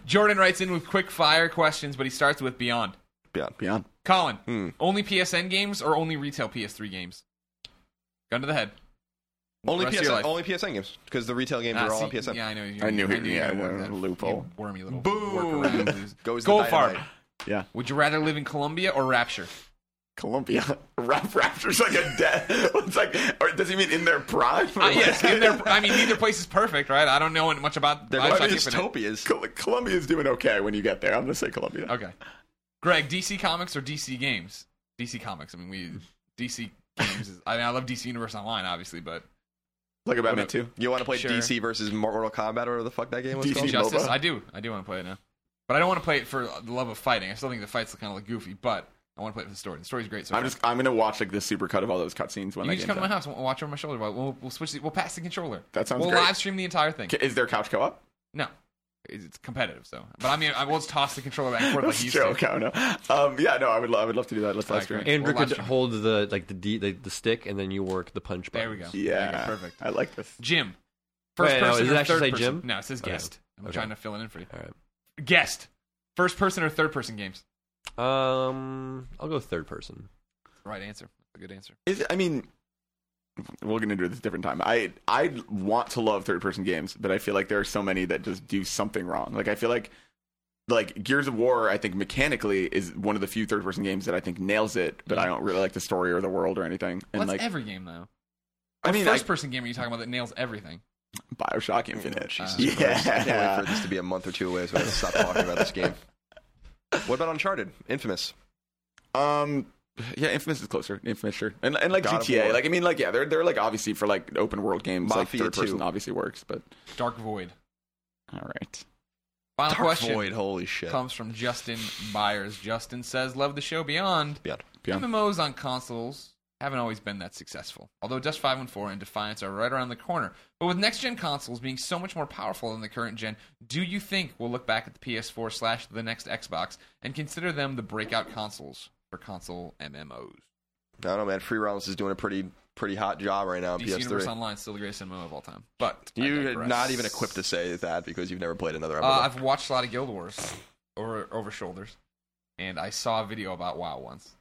Jordan writes in with quick fire questions, but he starts with Beyond.
Beyond.
Beyond.
Colin,
Hmm.
only PSN games or only retail PS3 games? Gun to the head.
Only
Rest of your
PSN,
life.
only PSN games because the retail games
Ah,
are all
see,
on PSN.
Yeah, I know. You,
I knew it.
you
Yeah,
had one
I
of
know,
that
loophole.
Wormy little
Boom.
workaround.
Goes the
Goldfarb.
dynamite.
Yeah.
Would you rather live in Colombia or Rapture?
Columbia. Rap Raptor's like a death. It's like, or does he mean in their prime?
Uh, yes, in their, I mean neither place is perfect, right? I don't know much about.
They're
Bioshock
going to
Infinite.
dystopias.
Col- Columbia's doing okay when you get there. I'm gonna say Columbia.
Okay. Greg, DC Comics or DC Games? DC Comics. I mean, we DC Games. Is, I mean, I love DC Universe Online, obviously, but
Like about me
What
too.
You want to play
Sure.
DC versus Mortal Kombat or whatever the fuck that game was
DC.
called?
Justice.
MOBA?
I do. I do want to play it now, but I don't want to play it for the love of fighting. I still think the fights kind of look goofy, but I want to play it for the story. The story's great. So
I'm
far.
just I'm gonna watch like the supercut of all those cutscenes when
You
I
can just
get
come to my
done.
house and watch over my shoulder. We'll, we'll, we'll switch. The, we'll pass the controller.
That sounds
We'll
great.
live stream the entire thing.
K- Is there couch co-op?
No, it's competitive. So, but I mean, I will just toss the controller back and forth like
That's
you
a
used to.
joke. I don't know. Um, yeah, no, I would love I would love to do that. Let's
All
live
right,
stream. it.
great.
Andrew
Or
could
last year.
hold the like the, D, the the stick, and then you work the punch button.
There we go.
Yeah,
There you go. perfect.
I like this.
Jim.
Wait,
First
no,
person
does it
or
actually
third
say
person?
Jim?
No, it says
Okay.
guest. I'm
Okay.
trying to fill it in for you.
All
Guest. First person or third person games?
right. Um, I'll go third person.
Right answer. A good answer.
Is I mean, we'll get into this different time. I I want to love third person games, but I feel like there are so many that just do something wrong. Like I feel like like Gears of War, I think mechanically is one of the few third person games that I think nails it, but
Mm-hmm.
I don't really like the story or the world or anything. And
Well, that's
like
every game though.
I mean,
first
I-
person game are you talking about that nails everything?
Bioshock Infinite.
Oh, Jesus
yeah.
Christ. I can't wait for this to be a month or two away so I have to stop talking about this game. What about Uncharted? Infamous.
Um, yeah, Infamous is closer. Infamous, sure, and and like
God of
GTA,
War.
like I mean, like yeah, they're they're like obviously for like open world games,
Mafia
like third person
2.
obviously works, but
Dark Void.
all right.
Final question
Void, holy shit.
comes from Justin Byers. Justin says, "Love the show beyond."
Beyond.
Beyond.
MMOs on consoles haven't always been that successful. Although Dust 514 and Defiance are right around the corner. But with next gen consoles being so much more powerful than the current gen, do you think we'll look back at the PS4 slash the next Xbox and consider them the breakout consoles for console MMOs?
I don't know, man. Free Realms is doing a pretty pretty hot job right now on
DC Universe
PS3.
Online is still the greatest MMO of all time. But I
You're
digress.
not even equipped to say that because you've never played
Uh,
another MMO.
I've watched a lot of Guild Wars over over shoulders, and I saw a video about WoW once.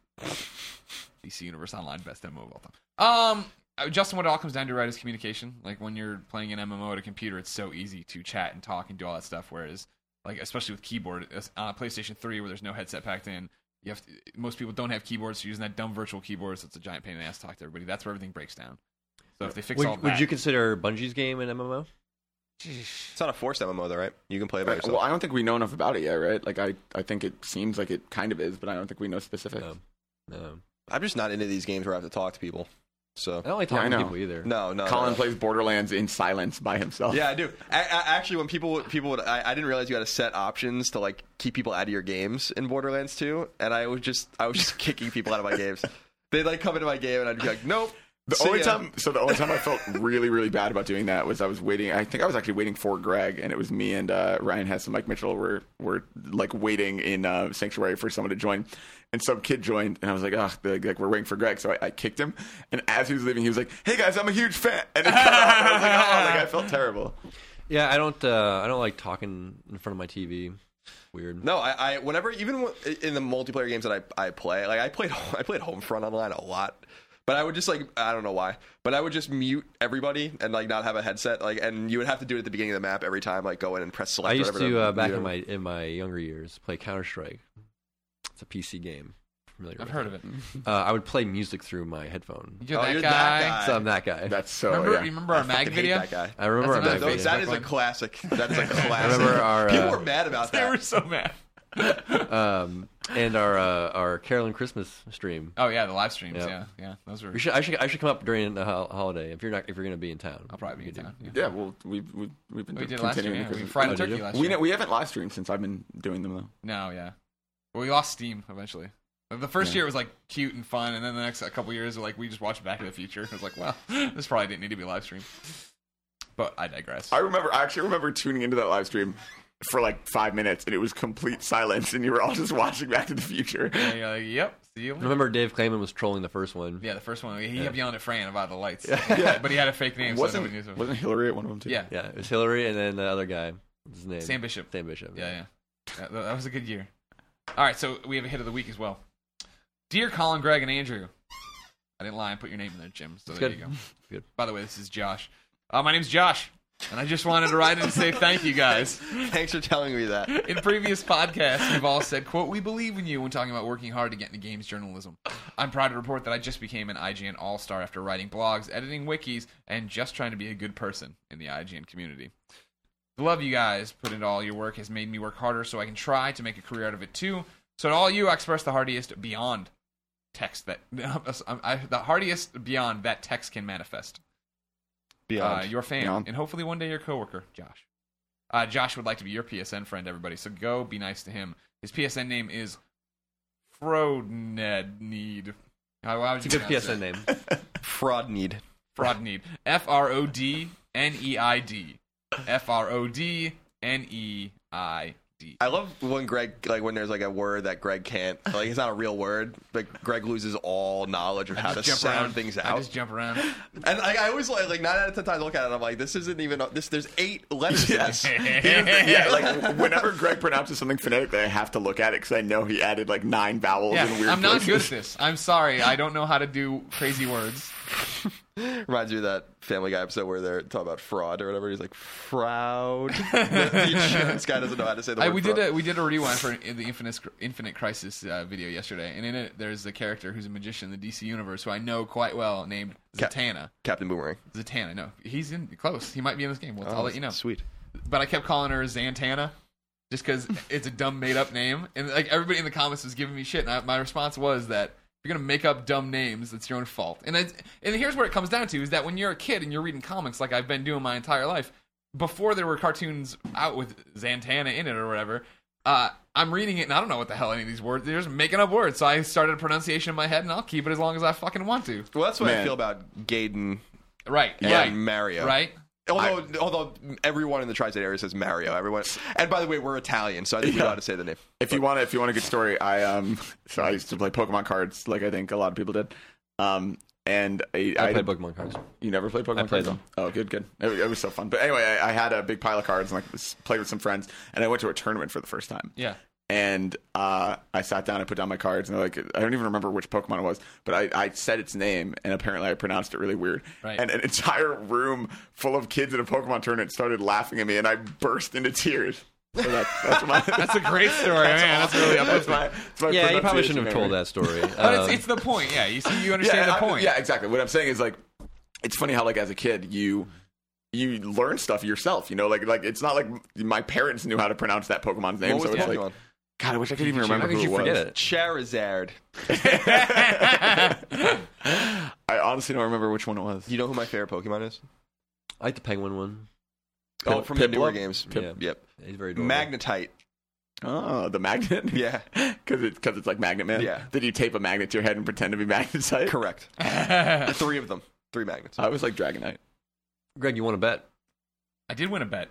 DC Universe Online best MMO of all time. Um, uh, Justin, what it all comes down to, right, is communication. Like when you're playing an MMO at a computer, it's so easy to chat and talk and do all that stuff. Whereas, like especially with keyboard it's on a PlayStation 3, where there's no headset packed in, you have to, most people don't have keyboards. So using that dumb virtual keyboard, so it's a giant pain in the ass to talk to everybody. That's where everything breaks down. So if they fix
Would,
all
would
that,
you consider Bungie's game an MMO?
it's not a forced MMO though, right? You can play it by yourself.
Well, I don't think we know enough about it yet, right? Like I I think it seems like it kind of is, but I don't think we know specifics.
No. No,
I'm just not into these games where I have to talk to people. So
I don't like
Yeah, I
talking to
know.
people either.
no, no.
Oh. Colin
no.
plays Borderlands in silence by himself.
Yeah, I do. I, I, actually, when people people would, I, I didn't realize you had to set options to like keep people out of your games in Borderlands 2, and I was just I was just kicking people out of my games. They'd like come into my game, and I'd be like, nope.
The
see
only
ya.
time, so the only time I felt really, really bad about doing that was I was waiting. I think I was actually waiting for Greg, and it was me and uh, Ryan Hess and Mike Mitchell were were like waiting in uh, Sanctuary for someone to join, and some kid joined, and I was like, "Ugh, they're like, like, we're waiting for Greg." So I, I kicked him, and as he was leaving, he was like, "Hey guys, I'm a huge fan," and it cut off. And I was like, "Oh, like I felt terrible."
Yeah, I don't. Uh, I don't like talking in front of my TV. Weird.
No, I, I whenever even w- in the multiplayer games that I, I play, like I played I played Homefront online a lot, but I would just like I don't know why, but I would just mute everybody and like not have a headset, like and you would have to do it at the beginning of the map every time, like go in and press select.
I used
whatever
to
the-
uh, back
you
in
know.
my in my younger years play Counter Strike. It's a PC game. Familiar
I've
with
heard of it.
Uh, I would play music through my headphone.
You're
Mm-hmm. Oh,
that
you're
guy.
that guy. Oh,
So I'm that guy.
That's so.
Remember,
yeah.
remember our
I
mag
fucking hate
video?
that guy.
I remember
That's another
our back
thing.
Those-
video.
that
Back
is a
when-
classic. That is a
I
classic.
remember our
People were
uh,
mad about
They were
that.
so mad.
um, and our uh, our Carolyn Christmas stream.
Oh yeah, the live streams.
Yeah.
Yeah, yeah, those were.
We should I should I should come up during the hol- holiday if you're not if you're gonna be in town.
I'll probably be
You
in
do.
town. Yeah.
Yeah, well, we've we've, we've been
We did last year.
continuing.
Yeah. We
the Christmas-
fried
Oh,
a
did
turkey
you?
last
we
year.
we haven't live streamed since I've been doing them though.
No, yeah. Well, we lost Steam eventually. Like, The first year was like cute and fun, and then the next uh, couple years, like we just watched Back to the Future. I was like, wow, this probably didn't need to be live streamed. But I digress.
I remember. I actually remember tuning into that live stream for like five minutes, and it was complete silence, and you were all just watching Back to the Future.
And you're like, yep, see you. later."
Remember Dave Clayman was trolling the first one.
Yeah, the first one, he kept yelling at Fran about the lights,
Yeah.
but he had a fake name, so
wasn't
nobody knew. him.
wasn't Hillary at one of them too?
Yeah, uh,
Yeah, it was Hillary and then the other guy. What's his name?
Sam Bishop.
Sam Bishop.
Yeah, yeah. That, that- that was a good year. All right, so we have a hit of the week as well. Dear Colin, Greg, and Andrew, I didn't lie and put your name in there, Jim. So
It's
there
good.
you go.
Good.
By the way, this is Josh. Uh, my name's Josh, and I just wanted to write in and say thank you guys.
Thanks for telling me that.
In previous podcasts, we've all said, "quote We believe in you" when talking about working hard to get into games journalism. I'm proud to report that I just became an IGN All Star after writing blogs, editing wikis, and just trying to be a good person in the IGN community. The love you guys put into all your work has made me work harder so I can try to make a career out of it too. So to all you, I express the heartiest beyond text that I, the heartiest beyond that text can manifest. Uh, your fan,
Beyond.
and hopefully one day your coworker, Josh. Uh, Josh would like to be your PSN friend, everybody. So go be nice to him. His PSN name is Fraud Ned Need. How, how would
It's a
you
good
pronounce
PSN
that?
name.
Fraud need.
Fraud Need. F R O D N E I D. F R O D N E I D.
I love when Greg like when there's like a word that Greg can't like it's not a real word, but Greg loses all knowledge of how to sound things
I
out.
just jump around.
and like, I always like like nine out of ten times I look at it, I'm like, this isn't even this. There's eight letters. in this.
yeah, like whenever Greg pronounces something phonetically, I have to look at it because I know he added like nine vowels
yeah,
and weird.
I'm not good at
places.
this. I'm sorry. I don't know how to do crazy words.
Reminds me of that Family Guy episode where they're talking about fraud or whatever. He's like, fraud. the insurance guy doesn't know how to say the
I,
word
we did
fraud.
a we did a rewind for in the Infinite Infinite Crisis uh, video yesterday, and in it there's a character who's a magician in the DC universe who I know quite well named
Ca-
Zatanna.
Captain Boomerang.
Zatanna, no, he's in close. He might be in this game. We'll, I'll let you know.
Sweet.
But I kept calling her Zantana just because it's a dumb made up name, and like everybody in the comments was giving me shit. And I, my response was that. if You're gonna make up dumb names. It's your own fault. And it's, and here's where it comes down to: is that when you're a kid and you're reading comics, like I've been doing my entire life, before there were cartoons out with Zantana in it or whatever, uh, I'm reading it and I don't know what the hell any of these words. They're just making up words. So I started a pronunciation in my head, and I'll keep it as long as I fucking want to.
Well, that's what I
Man.
feel about Gaiden
Right.
and
right.
Mario.
Right.
Although, although everyone in the tri-state area says Mario. Everyone. And by the way, we're Italian, so I think we
Yeah.
ought to say the name.
If you want, if you want a good story, I um, so I used to play Pokemon cards, like I think a lot of people did. Um, and I,
I
I,
play Pokemon cards.
you never played Pokemon
I played
cards?
them.
Oh, good, good. It, was- it was so fun. But anyway, I, I had a big pile of cards and like was- played with some friends, and I went to a tournament for the first time.
Yeah.
and uh, I sat down, I put down my cards, and like I don't even remember which Pokemon it was, but I, I said its name, and apparently I pronounced it really weird.
Right.
And an entire room full of kids at a Pokemon tournament started laughing at me, and I burst into tears. So that's, that's my.
That's a great story, man. That's really
that's
uplifting.
my, that's my
Yeah, you probably
pronunciation
shouldn't have told
memory.
that story.
But
Um,
it's, it's the point. Yeah. You see, you
Yeah,
understand the
I-
point.
yeah, exactly. What I'm saying is like, it's funny how like as a kid you you learn stuff yourself. You know, like like it's not like my parents knew how to pronounce that Pokemon's name. so
What was the
it's
Pokemon?
like, God, I wish I could even remember
How did
who
you
it was.
forget it?
Charizard.
I honestly don't remember which one it was.
Do you know who my favorite Pokemon is?
I like the Penguin one.
Oh, from the
Piplup?
newer games.
Pip-
Yep.
He's very adorable.
Magnetite.
Oh, the magnet.
Yeah.
because it's because it's like Magnet Man.
Yeah.
Did you tape a magnet to your head and pretend to be magnetite?
Correct. Three of them. Three magnets.
I was like Dragonite.
Greg, you want to bet?
I did win a bet.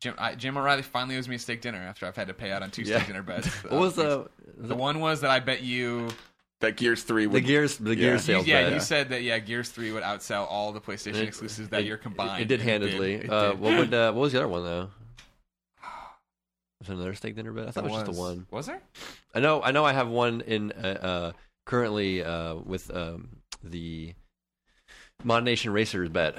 Jim, I, Jim O'Reilly finally owes me a steak dinner after I've had to pay out on two
Yeah.
steak dinner bets. Uh,
What was the
The
Uh, the,
one was that I bet you.
That Gears Three.
the
Would,
Gears the
Yeah.
Gears
you
sales
yeah,
bet?
you said that yeah, Gears Three would outsell all the PlayStation
It-
exclusives that
it-
year combined.
It, it did
and
handedly.
It did.
Uh, what would uh, what was the other one though? Was it another steak dinner bet? I thought
That
it was, just the one.
Was there?
I know. I know. I have one in uh, uh, currently uh, with um, the Mod Nation Racers bet.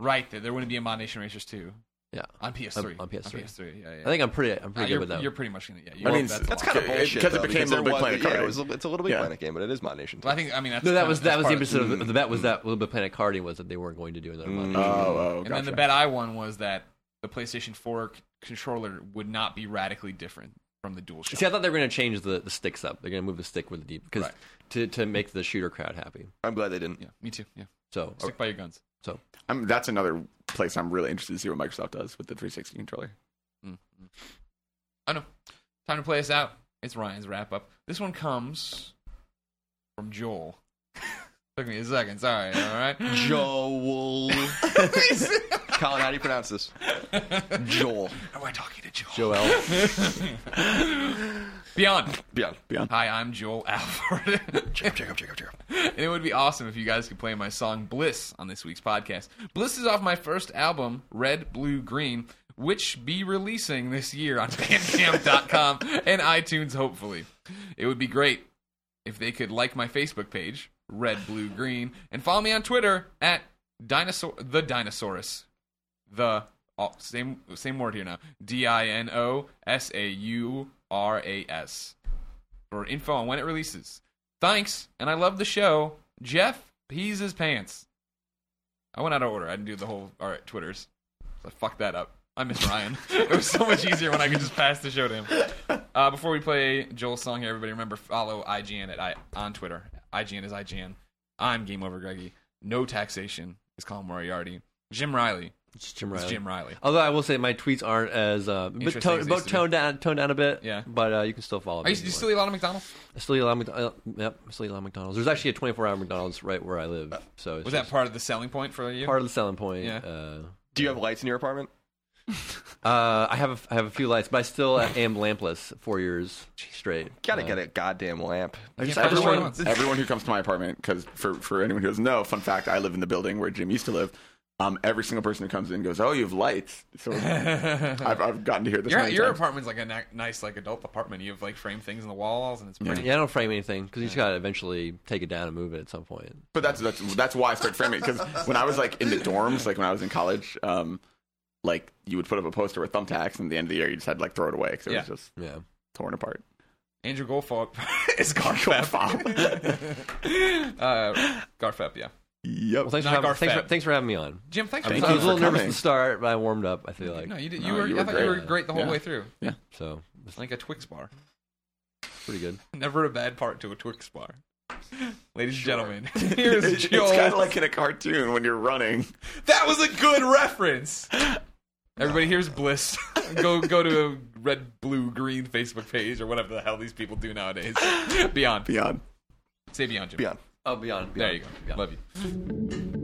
Right. There, there wouldn't be a Mod Nation Racers two
Yeah,
on PS3.
On- on PS3.
Yeah, yeah.
I think I'm pretty.
Uh,
I'm pretty
you're,
good with that.
you're pretty much gonna. Yeah, you
I
won't
mean,
bet
that's
That's
the lot.
kind of
It-
bullshit.
because it
though,
became
because
Little
there
Big
was-
Planet
Yeah,
Card.
it was, it's a little big
Yeah.
planet game, but it is Mod Nation.
Well, I think. I mean, that's
no, that
kinda-
was
that's
that was the
part of-
impetus of the bet
Mm.
was that Little Bit Planet Carding was that they weren't going to do another Mod
Mm.
Oh,
Nation.
oh,
And then the
gotcha.
bet I won was that the PlayStation 4 c- controller would not be radically different from the DualShock.
See, I thought they were going to change the, the sticks up. They're going to move the stick with the deep because
Right.
to to make the shooter crowd happy.
I'm glad they didn't.
yeah, me too. Yeah,
So oh,
stick by your guns.
so
I'm, that's another place I'm really interested to see what Microsoft does with the 360 controller.
I know. Oh, Time to play us out. It's Ryan's wrap up. This one comes from Joel. Took me a second. Sorry. All right.
Joel. Colin, how do you pronounce this? Joel.
Am I talking to Joel?
Joel,
Beyond.
Yeah.
Hi, I'm Joel Alford.
Jacob, Jacob, Jacob.
and it would be awesome if you guys could play my song Bliss on this week's podcast. Bliss is off my first album, Red, Blue, Green, which be releasing this year on bandcamp.com and iTunes hopefully. It would be great if they could like my Facebook page, Red, Blue, Green, and follow me on Twitter at dinosaur the dinosaurus. The all, same same word here now. D I N O S A U R A S for info on when it releases. Thanks, and I love the show. Jeff pees his pants. I went out of order. I didn't do the whole all right Twitters. So I fucked that up. I miss Ryan. it was so much easier when I could just pass the show to him. Uh, before we play Joel's song here, everybody remember follow IGN at I, on Twitter. IGN is IGN. I'm Game Over Greggy. No taxation is Colin Moriarty. Jim Riley
It's Jim Riley.
Jim Riley.
Although I will say my tweets aren't as uh, but
Interesting
tone,
as they
but
used to be.
toned down, toned down a bit.
Yeah.
but uh, you can still follow.
Are
me
you,
if
you
want.
still eat a lot of McDonald's?
I still eat a lot of Mc- uh, yep, I still eat a lot of McDonald's. There's actually a 24 hour McDonald's right where I live. So it's
Was
just
that part of the selling point for you?
part of the selling point?
Yeah.
Uh,
Do you have lights in your apartment?
uh, I have a, I have a few lights, but I still uh, am lampless four years straight.
Gotta
Uh,
get a goddamn lamp.
I just,
can't
I just
find
want
one.
Everyone who comes to my apartment, because for, for anyone who doesn't know, fun fact, I live in the building where Jim used to live. Um, every single person who comes in goes, "Oh, you have lights." So I've, I've gotten to hear this.
Your,
many
your
times.
apartment's like a na- nice like adult apartment. You have like frame things in the walls, and it's pretty.
Yeah, I don't frame anything because you just gotta eventually take it down and move it at some point.
But that's that's that's why I started framing because when I was like in the dorms, like when I was in college, um, like you would put up a poster with thumbtacks, and at the end of the year, you just had to like throw it away because it was
Yeah.
just
Yeah,
torn apart.
Andrew Goldfarb is Garfep. uh, Garfep, yeah.
Yep.
well, thanks,
Not
for having,
Garfab.
thanks, for, thanks for having me on.
Jim, thanks
Thank
for
I
you
was a little
for
nervous
coming.
at the start, but I warmed up. I feel like
No, you did. You,
No,
were,
you
I
were
thought you were
great.
great the whole
Yeah.
way through.
so. It's
Like a Twix bar.
pretty good.
Never a bad part to a Twix bar. Ladies and gentlemen, here's
It's,
Joel.
kind of like in a cartoon when you're running.
That was a good reference. Everybody, here's Bliss. go go to a red, blue, green Facebook page or whatever the hell these people do nowadays. Beyond.
Beyond.
Say Beyond, Jim.
Beyond.
Oh, beyond.
There you go.
Beyond.
Love you.